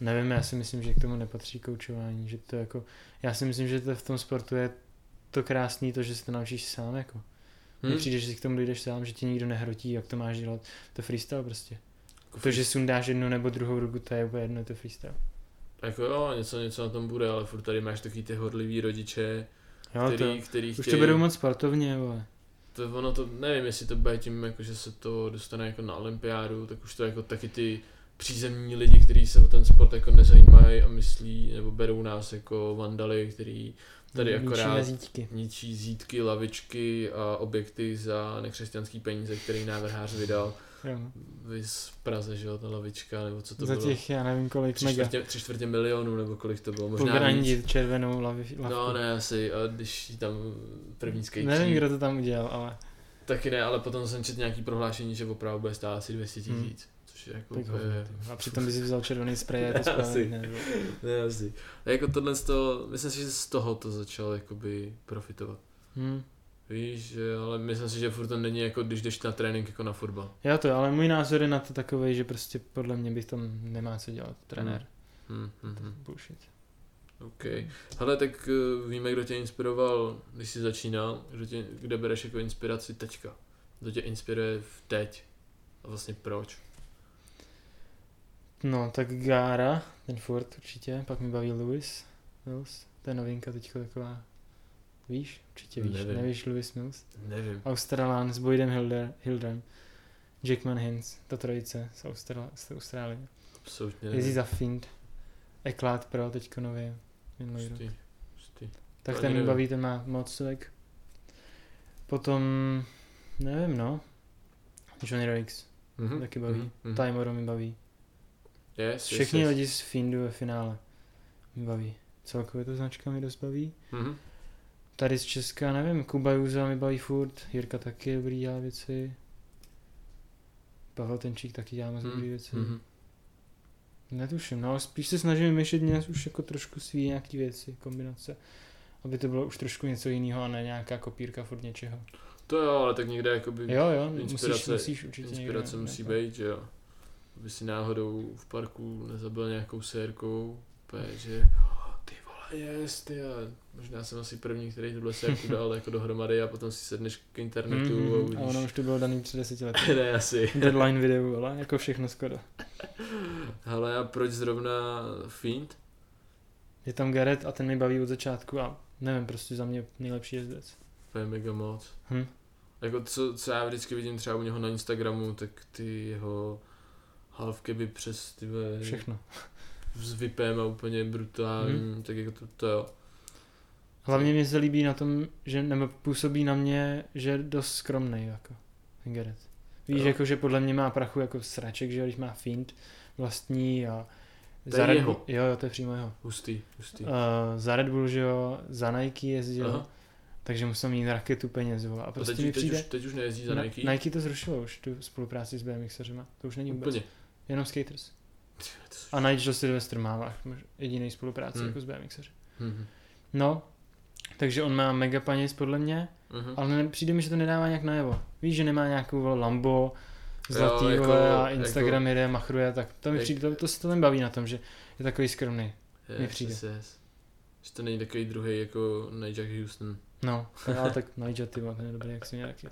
S2: Nevím, já si myslím, že k tomu nepatří koučování, že to jako, já si myslím, že to v tom sportu je to krásný to, že se to naučíš sám jako. Mně
S1: Hm?
S2: přijde, že si k tomu dojdeš sám, že ti nikdo nehrotí, jak to máš dělat. To je freestyle prostě. To, že sundáš jednu nebo druhou ruku, to je úplně jedno, je to freestyle.
S1: Jako jo, něco, něco na tom bude, ale furt tady máš taky ty horlivý rodiče,
S2: Jo,
S1: který,
S2: to,
S1: který
S2: už to
S1: chtějí...
S2: berou moc sportovně, vole.
S1: to, ono to, nevím, jestli to bude tím, jako, že se to dostane jako na olympiádu, tak už to jako taky ty přízemní lidi, kteří se o ten sport jako nezajímají a myslí, nebo berou nás jako vandaly, který tady
S2: Ničíme
S1: akorát
S2: zítky.
S1: ničí zítky, lavičky a objekty za nekřesťanský peníze, který návrhář vydal.
S2: Jo, no.
S1: Vys v Praze, že jo, ta lavička, nebo co to
S2: Za
S1: bylo?
S2: těch, já nevím kolik,
S1: tři,
S2: mega.
S1: čtvrtě, tři čtvrtě milionů, nebo kolik to bylo, možná víc.
S2: Pograndit červenou lavi, lavku.
S1: No ne, asi, a když jí tam první skejtí,
S2: Nevím, kdo to tam udělal, ale Hmm.
S1: taky ne, ale potom jsem četl nějaký prohlášení, že opravdu bude stát asi 200 tisíc, což což jako
S2: Tak
S1: úplně-
S2: hovno, ty. A přitom by si vzal červený spray a je
S1: [LAUGHS]
S2: to
S1: Asi.
S2: správně. nebylo.
S1: Ne, asi. A jako tohle z toho, myslím si, že z toho to začal jakoby profitovat.
S2: Hm.
S1: Víš, že, ale myslím si, že furt to není jako když jdeš na trénink jako na fotbal.
S2: Já to, ale můj názor je na to takový, že prostě podle mě bych tam nemá co dělat trenér.
S1: Hm, hm, hm.
S2: Bullshit.
S1: OK. Hele, tak eh, víme, kdo tě inspiroval, když jsi začínal, kdo tě, kde bereš jako inspiraci teďka. Kdo tě inspiruje v teď a vlastně proč.
S2: No, tak Gara, ten furt určitě, pak mi baví Lewis Mills, to je novinka teďko taková. Víš? Určitě víš.
S1: Nevím.
S2: Nevíš Lewis Mills?
S1: Nevím.
S2: Australán s Boydem Hilder, Hildrem, Jackman Hintz, ta trojice z, Austral- z Austrálie.
S1: Absolutně
S2: Jezdí
S1: nevím.
S2: za Find, Eklát Pro teďko nově. minulý rok.
S1: Hustý. Hustý.
S2: Tak
S1: To
S2: ten
S1: ani
S2: mi
S1: nevím.
S2: baví, ten má moc svek. Potom, nevím no, Johnny Rakes,
S1: Mhm,
S2: taky baví.
S1: mhm,
S2: mm
S1: mhm.
S2: mi baví.
S1: Yes,
S2: Všechny
S1: yes, yes.
S2: lidi z Findu ve finále mi baví. Celkově to značka mi dost baví.
S1: Mhm.
S2: Tady z Česka, nevím, Kuba Juza mi baví furt, Jirka taky dobrý dělá věci. Pavel Tenčík taky dělá moc
S1: Mhm,
S2: dobrý věci.
S1: mhm.
S2: Netuším, no, ale spíš se snažím vymýšlet dnes už jako trošku svý nějaký věci, kombinace. Aby to bylo už trošku něco jiného a ne nějaká kopírka furt něčeho.
S1: To jo, ale tak někde jakoby
S2: Jo, jo, musíš,
S1: Inspirace-
S2: musíš určitě
S1: inspirace
S2: někde, jako-
S1: musí
S2: nějaká-
S1: být, že jo. Aby si náhodou v parku nezabil nějakou sérkou, úplně, že "Oh, ty vole, yes, ty a možná jsem asi první, který tuhle
S2: [LAUGHS]
S1: sérku dal jako dohromady a potom si sedneš k internetu
S2: Mhm,
S1: a
S2: A ono
S1: uvidíš.
S2: už to bylo daný před deseti lety.
S1: [LAUGHS] ne, asi.
S2: Deadline videu, ale jako všechno skoro.
S1: Hele, a proč zrovna Fiend?
S2: Je tam Garrett a ten mi baví od začátku a nevím, prostě za mě nejlepší jezdec.
S1: To je mega moc.
S2: Hm.
S1: Jako co, co já vždycky vidím třeba u něho na Instagramu, tak ty jeho halvky by přes ty vole,
S2: Všechno.
S1: s vipem a úplně brutální,
S2: Mhm.
S1: tak jako to, to jo.
S2: Hlavně mě se líbí na tom, že nebo působí na mě, že je dost skromný jako ten Garrett. Víš,
S1: Jo.
S2: jako, že podle mě má prachu jako sraček, že jo, když má fint vlastní a...
S1: To je jeho.
S2: Jo, jo, to je přímo jeho.
S1: Hustý, hustý.
S2: Uh, za Red Bull, že jo, za Nike jezdil,
S1: Aha.
S2: takže musel mít raketu peněz, vole. A
S1: A
S2: prostě
S1: teď,
S2: mi
S1: teď,
S2: přijde...
S1: už, teď už nejezdí za
S2: Na-
S1: Nike? Nike
S2: Nike to zrušilo už, tu spolupráci s BMXařema. To už není vůbec.
S1: Úplně.
S2: Jenom skaters.
S1: To jsou-
S2: A Nigel Sylvester má vách, mož- jediný spolupráci
S1: Hmm.
S2: jako s BMXaři.
S1: Mhm.
S2: No, takže on má mega peněz podle mě,
S1: Mhm.
S2: ale ne, přijde mi, že to nedává nějak najevo. Víš, že nemá nějakou vole, Lambo,
S1: Jo,
S2: zlatý
S1: jako-
S2: vole, a Instagram
S1: jako-
S2: jede, machruje, tak to mi
S1: Jak-
S2: přijde, to, to se to tam baví na tom, že je takový skromný.
S1: Yes,
S2: mi přijde.
S1: yes, yes. Že to není takový druhý jako Nigel Houston.
S2: No, ale tak [LAUGHS] Nigel, ty vole, ten je dobrý, jak si mě taky.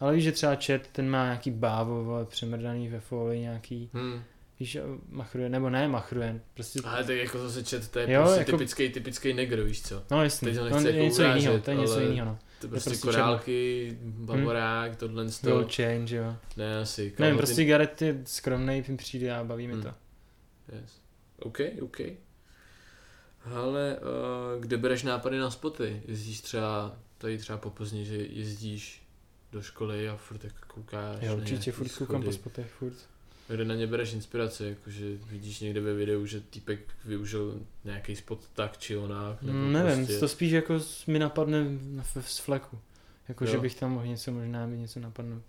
S2: Ale víš, že třeba Chet, ten má nějaký bávo, vole, přemrdaný ve folii, nějaký
S1: Hm.
S2: Víš, eh, machruje, nebo ne machruje, prostě...
S1: Ale tak jako zase čet, to je
S2: Jo,
S1: jo, prostě jako...
S2: jako-
S1: typický, typický negr, víš co?
S2: No jasný,
S1: teď ho
S2: to
S1: nechci
S2: je
S1: jako
S2: něco
S1: urážet,
S2: jiného, to je něco
S1: ale-
S2: jiného, no.
S1: To prostě,
S2: prostě
S1: prostě korálky, bavorák, tohle z toho.
S2: Will Chain, že jo.
S1: Ne, asi. kámo,
S2: Nevím,
S1: ty-
S2: prostě Garrett je skromnej, mi přijde a baví mi
S1: Hmm.
S2: to.
S1: Yes. OK, OK. Ale uh, kde bereš nápady na spoty? Jezdíš třeba, tady třeba po Plzni, že jezdíš do školy a furt tak koukáš.
S2: Jo,
S1: na
S2: určitě,
S1: nějaký
S2: furt koukám
S1: schody.
S2: po spotech, furt.
S1: Kde na ně bereš inspiraci, jakože vidíš někde ve videu, že týpek využil nějaký spot tak či onak. nebo
S2: Mm, Nevím,
S1: prostě...
S2: to spíš jako s- mi napadne na- v- z fleku. Jako,
S1: Jo.
S2: že bych tam mohl něco, možná mi něco napadnout.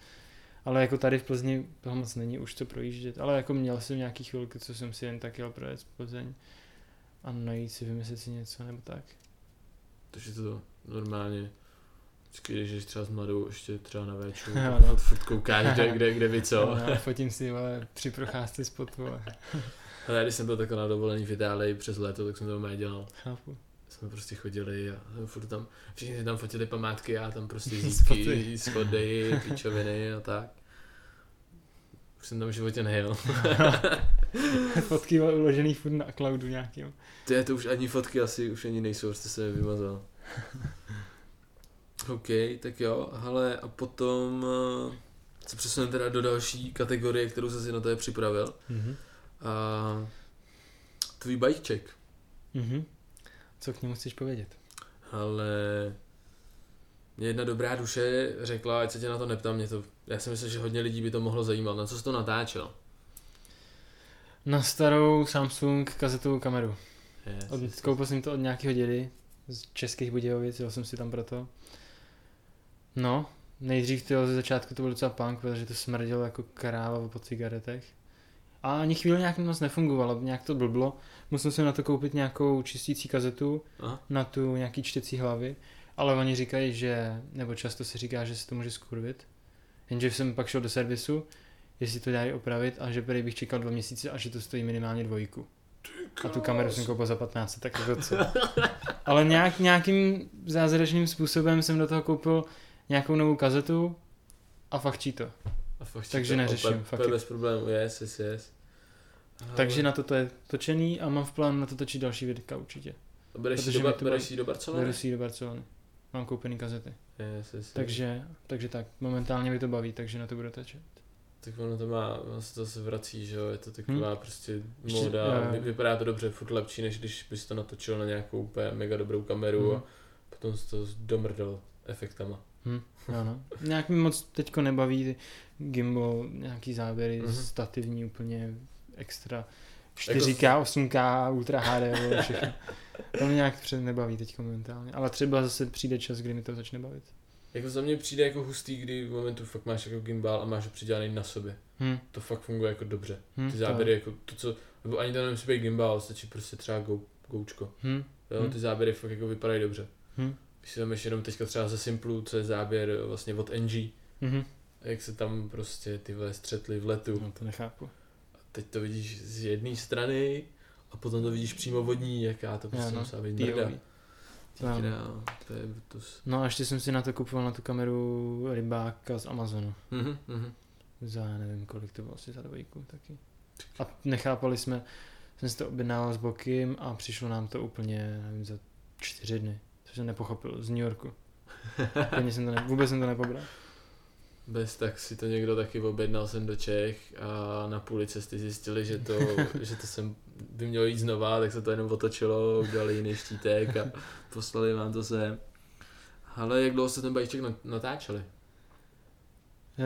S2: Ale jako tady v Plzni toho moc není už co projíždět. Ale jako měl jsem nějaký chvilky, co jsem si jen tak jel projet z Plzeň. A najít si, vymyslet si něco, nebo tak.
S1: Takže to normálně, vždycky, když jsi třeba s mladou, ještě třeba na véčku,
S2: [LAUGHS] Jo,
S1: tak
S2: no.
S1: furt, furt koukáš,
S2: [LAUGHS]
S1: kde, kde, kde vy co.
S2: Jo, já fotím si, vole, při procházce spot, vole.
S1: Ale když jsem byl takhle na dovolení v Itálii přes léto, tak jsem to normálně dělal.
S2: Chápu. [LAUGHS]
S1: jsme prostě chodili a furt tam, všichni si tam fotili památky a já tam
S2: [LAUGHS]
S1: prostě
S2: Spoty.
S1: zítky, schody, pičoviny a tak. Už jsem tam v životě nejel.
S2: Fotky vole, uložený furt na cloudu nějakým.
S1: To je to už ani fotky asi už ani nejsou, prostě se je
S2: [LAUGHS]
S1: vymazal. OK, tak jo, hele, a potom eh, se přesuneme teda do další kategorie, kterou jsem si na to je připravil.
S2: Mhm.
S1: A tvůj bajček,
S2: Mhm. Co k němu chceš povědět?
S1: ale mě jedna dobrá duše řekla, ať se tě na to neptám, mě to, já si myslím, že hodně lidí by to mohlo zajímat, na co jsi to natáčel.
S2: Na starou Samsung kazetovou kameru.
S1: Yes,
S2: Od, koupil jsem to od nějakého dědy z českých Budějovic, jel jsem si tam proto. No, nejdřív to ze začátku to bylo docela punk, protože to smrdilo jako kráva po cigaretech. A ani chvíli nějak moc nefungovalo, nějak to blblo. Musel jsem na to koupit nějakou čistící kazetu,
S1: Aha.
S2: na tu nějaký čtecí hlavy, ale oni říkají, že, nebo často se říká, že se to může skurvit. Jenže jsem pak šel do servisu, jestli to dají opravit a že prý bych čekal dva měsíce a že to stojí minimálně dvojku. A tu kameru jsem koupil za 15, tak jako co. Ale nějak, nějakým zázračným způsobem jsem do toho koupil nějakou novou kazetu a fakt čí to.
S1: A fakt
S2: takže
S1: to-
S2: neřeším,
S1: Opět,
S2: fakt
S1: opět
S2: je-
S1: bez problémů, yes, yes, yes. Ale-
S2: Takže na toto je točený a mám v plánu na to točit další videa určitě.
S1: A Bereš si
S2: protože
S1: do,
S2: mi
S1: Bar-
S2: to
S1: bereš
S2: bude-
S1: si do Barcelony?
S2: Vedu si ji do Barcelony. Mám koupený kazety.
S1: Yes, yes, yes.
S2: Takže, takže tak, momentálně mi to baví, takže na to budu točit.
S1: Tak ono to má, ono se to zase vrací, že jo, je to taková prostě
S2: Hm. Ještě-
S1: móda,
S2: jo, jo.
S1: Vy- vypadá to dobře, furt lepší, než když bys to natočil na nějakou úplně mega dobrou kameru
S2: Mhm.
S1: a potom se to domrdl efektama.
S2: No, no. Nějak mi moc teďko nebaví gimbal, nějaký záběry
S1: Mhm.
S2: mm-hmm. stativní úplně extra.
S1: Jako-
S2: 4K, 8K, Ultra HD, vole, všechno. To mě nějak před nebaví teď momentálně, ale třeba zase přijde čas, kdy mi to začne bavit.
S1: Jako za mě přijde jako hustý, kdy v momentu fakt máš jako gimbal a máš ho přidělaný na sobě.
S2: Hm,
S1: To fakt funguje jako dobře.
S2: hm,
S1: Ty
S2: to-
S1: záběry jako to, co, nebo ani to nemusí být gimbal, stačí prostě třeba go, goučko.
S2: Hm,
S1: Jo,
S2: Hmm.
S1: ty záběry fakt jako vypadají dobře.
S2: hm,
S1: Když si tam jenom teďka třeba ze Simplu, co je záběr vlastně od NG,
S2: mhm.
S1: jak se tam prostě ty vole střetli v letu.
S2: No, to nechápu.
S1: teď to vidíš z jedné strany a potom to vidíš přímo vodní, jaká to prostě
S2: Jo, no.
S1: musela být mrda.
S2: POV. To jo.
S1: Král, to je brutus.
S2: No a ještě jsem si na to kupoval na tu kameru rybáka z Amazonu.
S1: Mhm, mhm.
S2: za já nevím kolik to bylo, asi za dvojku taky. A nechápali jsme, jsem si to objednával s Bokim a přišlo nám to úplně, nevím, za čtyři dny. Což jsem nepochopil, z New Yorku. Úplně jsem to ne, vůbec jsem to nepobral.
S1: Bez tak si to někdo taky objednal jsem do Čech a na půli cesty zjistili, že to, že to jsem by mělo jít znova, tak se to jenom otočilo, udělali jiný štítek a poslali vám to sem. Ale jak dlouho jste ten bajíček nat- natáčeli?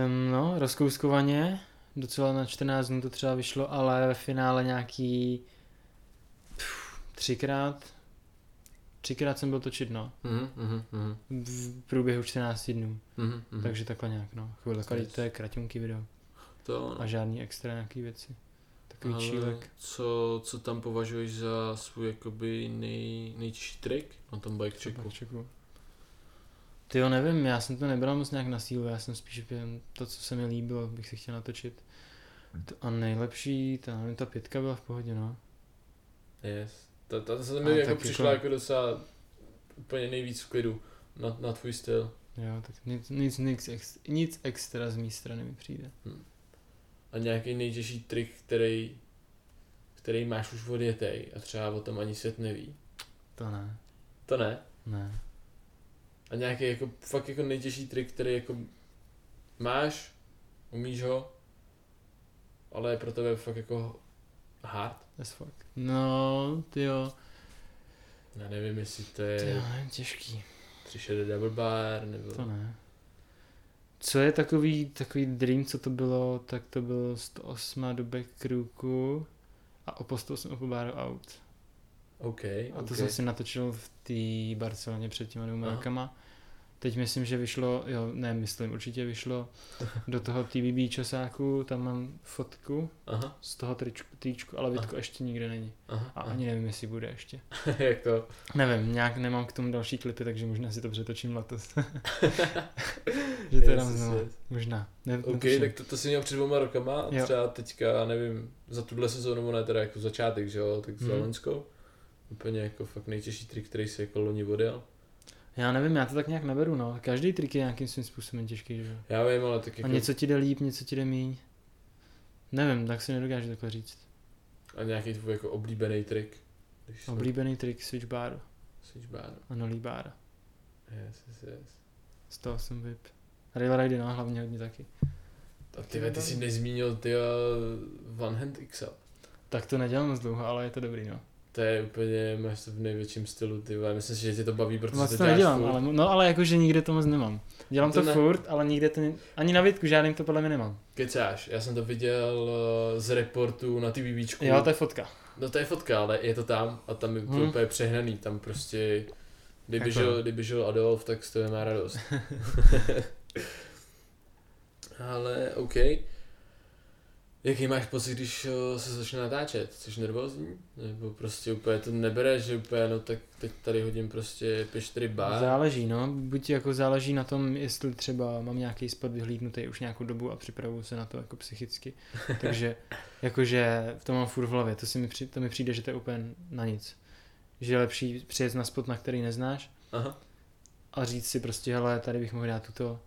S2: Um, no, rozkouskovaně, docela na 14 dnů to třeba vyšlo, ale ve finále nějaký pff, třikrát, třikrát jsem byl točit, no,
S1: Mhm, mhm, mhm,
S2: v průběhu 14 dnů,
S1: mhm, mhm.
S2: takže takhle nějak, no, chvilka, to je kratěnký video.
S1: to, no.
S2: A žádný extra nějaký věci. Takový
S1: Ale
S2: čílek.
S1: Co, co tam považuješ za svůj jakoby nej, nejtěžší trik na tom biketracku?
S2: Ty jo, nevím, já jsem to nebral moc nějak na sílu, já jsem spíš jen to, co se mi líbilo, bych si chtěl natočit. To a nejlepší, ta, nevím, ta pětka byla v pohodě, no.
S1: Yes. Ta, ta, ta se mi
S2: Ale
S1: jako
S2: tak
S1: přišla
S2: jako-
S1: jako docela úplně nejvíc v klidu na, na tvůj styl.
S2: Jo, tak nic, nic, nic, ex, nic extra z mé strany mi přijde.
S1: A nějaký nejtěžší trik, který, který máš už odjetej a třeba o tom ani svět neví.
S2: To ne,
S1: To ne.
S2: ne.
S1: A nějaký jako, fakt jako nejtěžší trik, který jako máš, umíš ho, ale je pro tebe fakt jako hard.
S2: As fuck. No, ty jo,
S1: Já nevím, jestli to
S2: ty jo,
S1: je
S2: nevím, těžký.
S1: 3 double bar, nebo...
S2: To ne. jako- Co je takový, takový dream, co to bylo, tak to bylo 108 do backrooku a opostil jsem po baru out.
S1: OK,
S2: A to
S1: OK.
S2: jsem si natočil v té Barceloně před těma dvěma
S1: Aha.
S2: rokama. Teď myslím, že vyšlo, jo, ne, myslím,
S1: [LAUGHS]
S2: určitě vyšlo do toho TBB časáku, tam mám fotku
S1: Aha,
S2: z toho tričku, tričku ale Vitko ještě nikde není.
S1: aha,
S2: A
S1: [LAUGHS] aha.
S2: ani nevím, jestli bude ještě.
S1: Jak to?
S2: Nevím, nějak nemám k tomu další klipy, takže možná si to
S1: [LAUGHS]
S2: přetočím letos. [LAUGHS] že to
S1: Yes,
S2: dám
S1: yes,
S2: znovu.
S1: yes.
S2: Možná. Ne,
S1: OK,
S2: netuším.
S1: tak to, to si měl před dvěma rokama, a
S2: Jo.
S1: třeba teďka, já nevím, za tuhle sezónu, nebo ne teda jako začátek, že jo, tak za
S2: Mhm.
S1: loňskou. Úplně jako fakt nejtěžší trik, který si jako loni odjel.
S2: Já nevím, já to tak nějak neberu, no. Každý trik je nějakým svým způsobem těžký, že jo.
S1: Já vím, ale tak
S2: A
S1: jako,
S2: něco ti jde líp, něco ti jde míň. Nevím, tak si nedokážu takhle říct.
S1: a nějaký tvůj jako oblíbený trik. Když jsme-
S2: Oblíbený trik switch baru
S1: Jsi bár.
S2: a nolí bára.
S1: Yes, yes, yes.
S2: Z toho jsem vyp. Rail Ride, no, hlavně hodně taky.
S1: A ty, ve, ty jsi nezmínil ty One Hand XL.
S2: Tak to nedělám moc dlouho, ale je to dobrý, no.
S1: To je úplně, máš to v největším stylu, ty vole. Myslím si, že tě to baví, protože
S2: moc
S1: to
S2: to
S1: děláš
S2: nedělám,
S1: furt.
S2: ale, no ale jakože nikde to moc nemám. Dělám
S1: To
S2: to,
S1: ne.
S2: furt, ale nikde to, ani na vidku žádným to podle mě nemám.
S1: Kecáš, já jsem to viděl eh, z reportu na TVBčku.
S2: Jo, to je fotka.
S1: No to je fotka, ale je to tam a tam je to
S2: Hmm.
S1: úplně přehnaný, tam prostě, kdyby,
S2: Jako-
S1: žil, kdyby žil Adolf, tak z toho má
S2: [LAUGHS]
S1: radost. ale OK. Jaký máš pocit, když eh, se začne natáčet? Jsi nervózní? Nebo prostě úplně to nebere, že úplně, no tak teď tady hodím prostě 5-4 bar?
S2: Záleží, no. Buď jako záleží na tom, jestli třeba mám nějaký spot vyhlídnutý už nějakou dobu a připravuju se na to jako psychicky. Takže jakože to mám furt v hlavě. To, si mi, při- to mi přijde, že to je úplně na nic. Že je lepší přijet na spot, na který neznáš
S1: Aha,
S2: a říct si prostě, hele, tady bych mohl dát tuto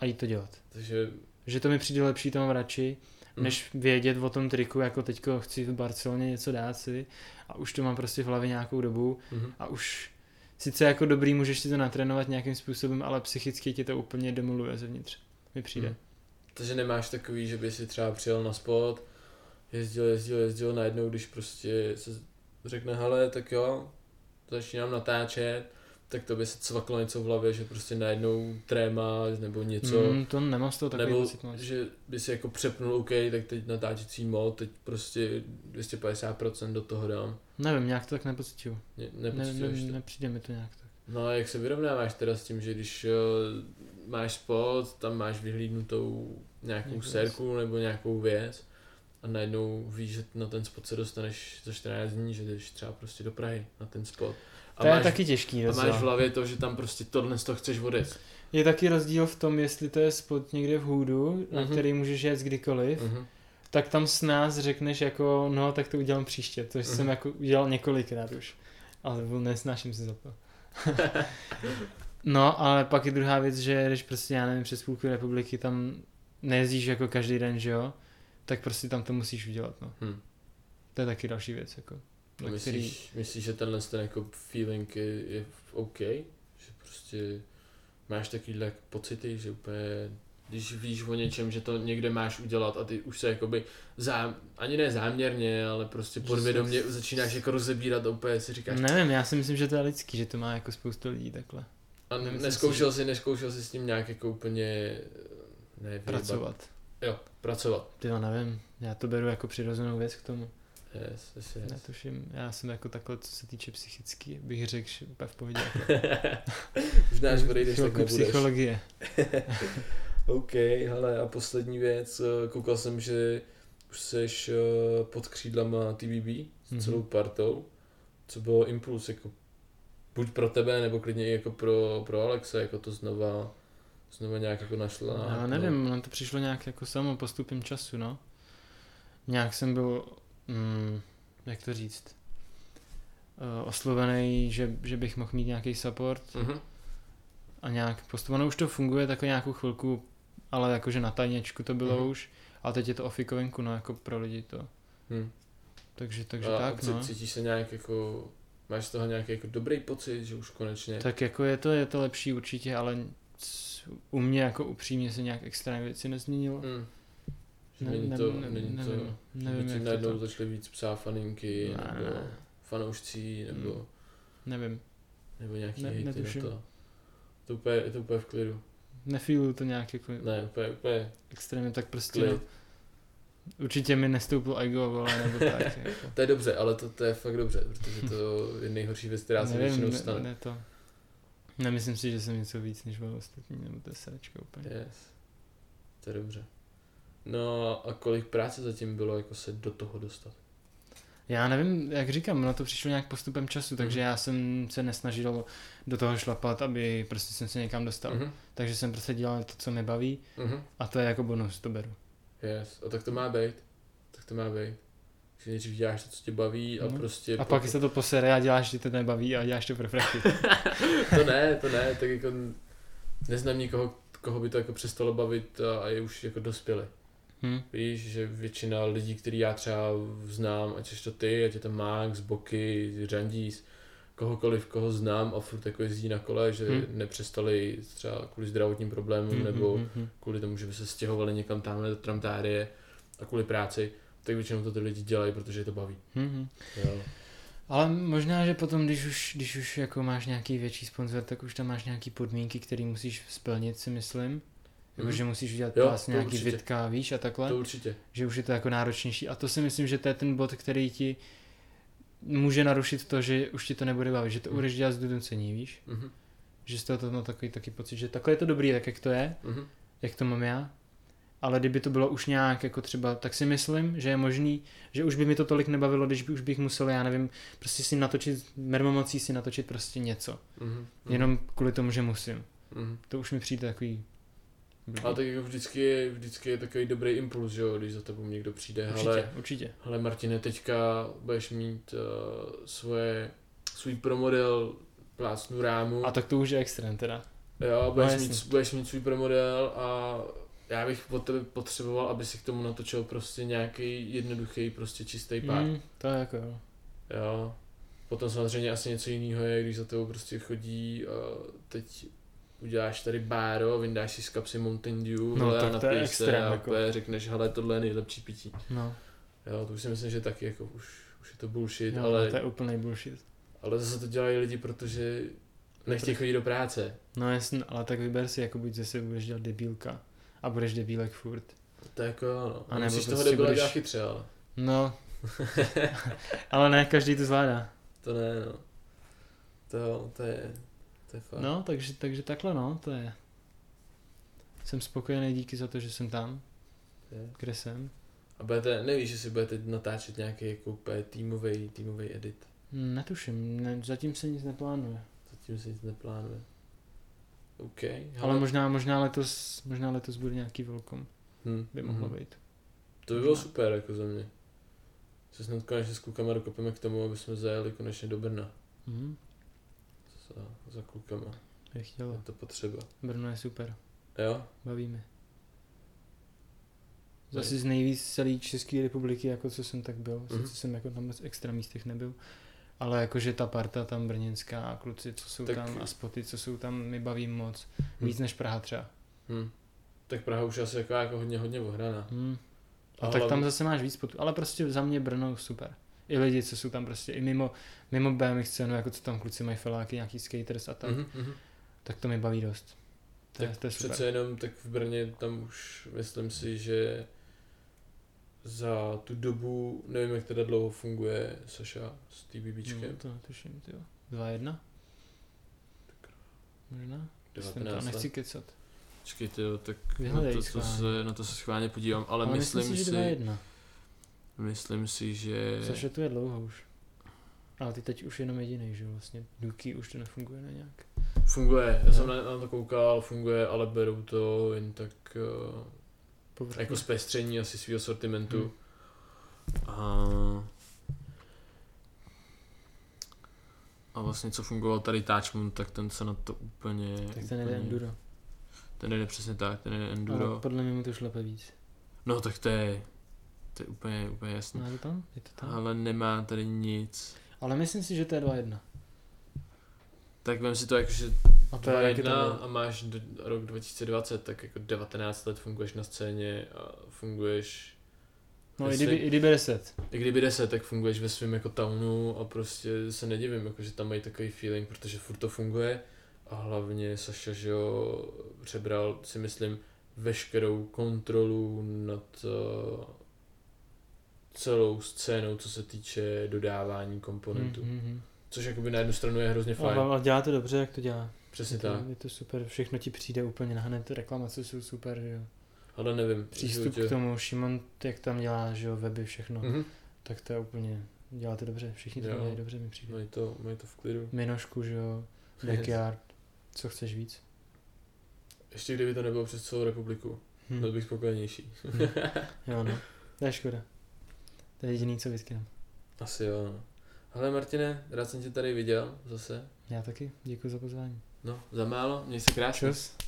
S2: a jít to dělat.
S1: takže...
S2: Že to mi přijde lepší, to mám radši,
S1: Mhm.
S2: než vědět o tom triku, jako teďko chci v Barceloně něco dát si a už to mám prostě v hlavě nějakou dobu
S1: Mhm.
S2: a už sice jako dobrý můžeš si to natrénovat nějakým způsobem, ale psychicky tě to úplně demoluje zevnitř. Mi přijde.
S1: Mhm. Takže nemáš takový, že by si třeba přijel na spot, jezdil, jezdil, jezdil, najednou, když prostě se řekne, hele, tak jo, začínám natáčet, tak to by se cvaklo něco v hlavě, že prostě najednou tréma nebo něco.
S2: Mm, to nemám z toho takový
S1: Nebo
S2: pocit moc.
S1: že by si jako přepnul, OK, tak teď natáčecí mod, teď prostě 250% do toho dám.
S2: Nevím, nějak to tak nepocituju.
S1: Ne,
S2: Ne, ne,
S1: nepocituješ to.
S2: nepřijde mi to nějak tak.
S1: No a jak se vyrovnáváš teda s tím, že když eh, máš spot, tam máš vyhlídnutou nějakou
S2: Nějakou
S1: serku nebo nějakou věc a najednou víš, že na ten spot se dostaneš za 14 dní, že jdeš třeba prostě do Prahy na ten spot. A
S2: To je
S1: máš,
S2: taky těžký
S1: a máš v
S2: docela.
S1: hlavě to, že tam prostě tohle z toho chceš vodit.
S2: Je taky rozdíl v tom, jestli to je spot někde v hůdu, na
S1: Mhm.
S2: který můžeš jet kdykoliv,
S1: Mhm.
S2: tak tam s nás řekneš jako, no tak to udělám příště, což
S1: Mhm.
S2: jsem jako udělal několikrát už, ale byl- nesnáším se za
S1: [LAUGHS]
S2: to. no, ale pak je druhá věc, že když prostě, já nevím, přes půlku republiky tam nejezdíš jako každý den, že jo, tak prostě tam to musíš udělat, no.
S1: Hm.
S2: To je taky další věc, jako.
S1: A
S2: na který-
S1: No, Myslíš, myslíš, že tenhle ten jako feeling je, je OK? Že prostě máš takovýhle jako pocity, že úplně když víš o něčem, že to někde máš udělat a ty už se jakoby zám, ani ne záměrně, ale prostě
S2: Že
S1: podvědomě
S2: se- Mm,
S1: začínáš jako rozebírat a úplně si říkáš,
S2: Nevím, já si myslím, že to je lidský, že to má jako spoustu lidí takhle
S1: a ne,
S2: nemyslím
S1: neskoušel si, neskoušel si s tím nějak jako úplně ne, vyjebat-
S2: pracovat.
S1: Jo, pracovat.
S2: Ty jo, nevím, já to beru jako přirozenou věc k tomu.
S1: Yes, yes, yes.
S2: Netuším, já jsem jako takhle, co se týče psychicky, bych řekl, že úplně
S1: [LAUGHS]
S2: v pohodě.
S1: Už náš odejdeš, tak
S2: Chvilku
S1: nebudeš.
S2: psychologie.
S1: OK, hele, a poslední věc, eh, koukal jsem, že už seš eh, pod křídlama TBB s
S2: Mhm.
S1: celou partou, co bylo impuls, jako buď pro tebe, nebo klidně i jako pro, pro Alexe, jako to znova, znova nějak jako našla.
S2: Já
S1: jako-
S2: nevím, ono to přišlo nějak jako samo postupem času, no. Nějak jsem byl, mm, jak to říct, eh, oslovený, že, že bych mohl mít nějaký support
S1: Mhm.
S2: a nějak postupně, ono už to funguje tak nějakou chvilku, ale jakože na tajněčku to bylo
S1: Mhm.
S2: už, a teď je to ofikovenku, no jako pro lidi to.
S1: Hm.
S2: Takže, takže
S1: a
S2: tak,
S1: cí-
S2: no.
S1: cítíš se nějak jako, máš z toho nějaký jako dobrý pocit, že už konečně.
S2: Tak jako je to, je to lepší určitě, ale c- u mě jako upřímně se nějak extrémně věci nezměnilo.
S1: Hm. Že
S2: Ne-
S1: není
S2: ne-
S1: to,
S2: ne-
S1: není to,
S2: nevím,
S1: nevím,
S2: nevím,
S1: ti
S2: jak to
S1: najednou
S2: tam-
S1: začaly víc psát faninky,
S2: Ne,
S1: nebo
S2: ne.
S1: fanoušci, nebo...
S2: Hm. nevím.
S1: Nebo nějaký
S2: Ne-
S1: ne, hejty
S2: netuším.
S1: na to. To úplně, je to úplně v klidu.
S2: Nefíluju to nějak jako
S1: Ne, úplně, úplně
S2: extrémně, tak prostě
S1: klid.
S2: no, určitě mi nestoupil ego, vole,
S1: [LAUGHS]
S2: nebo tak. Jako.
S1: To je dobře, ale to, to je fakt dobře, protože to
S2: [LAUGHS]
S1: je nejhorší věc, která se většinou
S2: ne,
S1: stane.
S2: ne, to. Nemyslím si, že jsem něco víc než byl ostatní, nebo to je sračka úplně.
S1: Yes. To je dobře. No a kolik práce zatím bylo jako se do toho dostat?
S2: Já nevím, jak říkám, na to přišlo nějak postupem času, takže
S1: Mhm.
S2: já jsem se nesnažil do toho šlapat, aby prostě jsem se někam dostal.
S1: Mhm.
S2: Takže jsem prostě dělal to, co mě baví
S1: Mhm.
S2: a to je jako bonus, to beru.
S1: Yes. A tak to má být. Tak to má být. Že nejdřív děláš to, co tě baví a
S2: Mhm.
S1: prostě...
S2: A pak se to posere a děláš, že to nebaví a děláš to
S1: [LAUGHS]
S2: pro prachy.
S1: to ne, to ne, tak jako neznám nikoho, koho by to jako přestalo bavit a, a je už jako dospělý.
S2: Hm?
S1: Víš, že většina lidí, který já třeba znám, ať jsi to ty, ať je to Max, Boky, Randís, kohokoliv, koho znám a furt jako jezdí na kole, že
S2: Hmm.
S1: hmm. nepřestali třeba kvůli zdravotním problémům hmm. nebo
S2: Mhm, mhm.
S1: kvůli tomu, že by se stěhovali někam tamhle do Tramtárie a kvůli práci, tak většinou to ty lidi dělají, protože je to baví.
S2: Mhm.
S1: Jo.
S2: Ale možná, že potom, když už, když už jako máš nějaký větší sponzor, tak už tam máš nějaký podmínky, které musíš splnit, si myslím. Jako,
S1: Mhm.
S2: že musíš udělat
S1: Jo,
S2: pás
S1: to
S2: nějaký
S1: určitě.
S2: vidka, víš, a takhle.
S1: To určitě.
S2: Že už je to jako náročnější. A to si myslím, že to je ten bod, který ti může narušit to, že už ti to nebude bavit, že to
S1: Mhm.
S2: budeš dělat z donucení, víš?
S1: Mhm.
S2: Že z toho to má takový taky pocit, že takhle je to dobrý, tak jak to je,
S1: Mhm.
S2: jak to mám já, ale kdyby to bylo už nějak jako třeba, tak si myslím, že je možný, že už by mi to tolik nebavilo, když by už bych musel, já nevím, prostě si natočit, mermomocí si natočit prostě něco.
S1: Mhm, mhm,
S2: Jenom kvůli tomu, že musím.
S1: mhm.
S2: To už mi přijde takový... blbý.
S1: Ale tak jako vždycky je, vždycky je takový dobrý impuls, že jo, když za tebou někdo přijde, hele,
S2: Určitě, určitě.
S1: hele Martine, teďka budeš mít uh, svoje, svůj promodel plácnu rámu.
S2: A tak to už je extrém teda.
S1: Jo, budeš,
S2: No,
S1: no, mít,
S2: jasně.
S1: budeš mít svůj promodel a já bych od tebe potřeboval, aby si k tomu natočil prostě nějaký jednoduchý, prostě čistý pár. Mm.
S2: Mm, to je jako jo.
S1: Jo. Potom samozřejmě asi něco jiného je, když za tebou prostě chodí, uh, teď uděláš tady báro, vyndáš si z kapsy Mountain Dew,
S2: No,
S1: hele, a
S2: tak to je
S1: napiješ se
S2: extrém,
S1: a
S2: jako.
S1: úplně řekneš, hele, tohle je nejlepší pití.
S2: No,
S1: Jo, to už si myslím, že taky jako už, už je to bullshit,
S2: jo, no,
S1: jo, ale,
S2: to je úplný bullshit.
S1: ale zase to dělají lidi, protože nechtějí chodit do práce.
S2: No jasně, ale tak vyber si, jako buď ze sebe budeš dělat debílka a budeš debílek furt.
S1: To je jako jo, no.
S2: A
S1: A
S2: nebo
S1: musíš toho
S2: prostě
S1: debila
S2: budeš-
S1: dělat chytře, ale. [LAUGHS]
S2: No, ale ne, každý to zvládá.
S1: To ne, no. To, to je, to je fakt.
S2: No, takže, takže takhle no, to je. Jsem spokojený díky za to, že jsem tam,
S1: To je.
S2: kde jsem.
S1: A budete, nevíš, jestli budete natáčet nějaký jako úplně týmový, týmový edit.
S2: Hm, Netuším, ne, zatím se nic neplánuje.
S1: Zatím se nic neplánuje. OK.
S2: Ale možná, možná, letos, možná letos bude nějaký velkom,
S1: hm,
S2: by mohlo
S1: mhm.
S2: být.
S1: To by bylo
S2: Možná.
S1: super jako za mě. Se snad konečně s klukama dokopeme k tomu, aby jsme zajeli konečně do Brna.
S2: Mhm,
S1: Za, za klukama.
S2: bych
S1: Je
S2: chtěl.
S1: to potřeba.
S2: Brno je super,
S1: Jo?
S2: bavíme. Zase z nejvíc celé České republiky, jako co jsem tak byl.
S1: Mhm.
S2: Sice jsem jako na moc extra místech nebyl. Ale jakože ta parta tam brněnská a kluci, co jsou
S1: Tak- Mhm.
S2: tak... tam a spoty, co jsou tam, mi baví moc. Víc než Praha třeba.
S1: Hm. Tak Praha už je asi jako, jako hodně, hodně ohraná.
S2: Hmm. A,
S1: A
S2: tak tam
S1: hlavně-
S2: zase máš víc potů. Ale prostě za mě Brno super. I lidi, co jsou tam prostě i mimo, mimo BMX scénu, jako co tam kluci mají feláky, nějaký skaters a tak, mm-hmm.
S1: Mhm, mhm.
S2: tak to mi baví dost. To, je,
S1: Tak
S2: to je super.
S1: přece jenom tak v Brně tam už myslím si, že za tu dobu, nevím jak teda dlouho funguje Saša s
S2: no,
S1: TBBčkem,
S2: to netuším, ty jo. no. 2-1? Možná? Myslím, to
S1: 19 let.
S2: nechci kecat.
S1: Počkejte, jo, tak na
S2: Vyhledej
S1: to, to
S2: schválně.
S1: se, na to se schválně podívám, ale, ale myslím, myslím,
S2: že
S1: si,
S2: 2-1.
S1: myslím si, že...
S2: Což je tu je dlouho už. Ale ty teď už jenom jediný, že jo, vlastně. Duky už to nefunguje na nějak.
S1: Funguje, já
S2: No.
S1: jsem na, na to koukal, funguje, ale berou to jen tak eh,
S2: Povrchně.
S1: jako zpestření asi svého sortimentu.
S2: Hm. Hmm.
S1: A... a vlastně co fungoval tady Táčmun, tak ten se na to úplně...
S2: tak to nejde
S1: úplně-
S2: enduro.
S1: Ten jde přesně tak, ten jde enduro.
S2: Ale podle mě mu to šlape víc.
S1: No tak to je, to je úplně, úplně jasný.
S2: Má to tam? Je to tam?
S1: Ale nemá tady nic.
S2: Ale myslím si, že to je 2-1.
S1: Tak vem si to jako, že
S2: A to je jaký to
S1: 2.1
S2: bylo?
S1: a máš d- rok 2020, tak jako 19 let funguješ na scéně a funguješ,
S2: No i
S1: jestli-
S2: kdyby, i kdyby 10.
S1: i kdyby 10, tak funguješ ve svém jako townu a prostě se nedivím, jako, že tam mají takový feeling, protože furt to funguje a hlavně Saša, že jo, přebral si myslím veškerou kontrolu nad eh, celou scénou, co se týče dodávání komponentů. Mm-hmm.
S2: Mm-hmm.
S1: Což jakoby na jednu stranu je hrozně fajn.
S2: A, a dělá to dobře, jak to dělá.
S1: Přesně
S2: je to,
S1: tak.
S2: Je to super, všechno ti přijde úplně na hned, reklamace jsou super, že jo.
S1: Ale nevím.
S2: Přístup k tomu, Šimon, jak tam dělá, že jo, weby, všechno,
S1: Mhm.
S2: tak to je úplně, dělá to dobře, všichni to
S1: Jo. No.
S2: dělají dobře, mi přijde.
S1: Mají to, mají to v klidu.
S2: Minošku, že jo, backyard, co chceš víc.
S1: Ještě kdyby to nebylo přes celou republiku,
S2: Hm.
S1: byl bych spokojenější.
S2: Jo, no, to je škoda. To je jediný, co vytknem.
S1: Asi jo, no. Hele Martine, rád jsem tě tady viděl zase.
S2: Já taky, děkuji za pozvání.
S1: No, za málo, měj se krásně.
S2: Čus.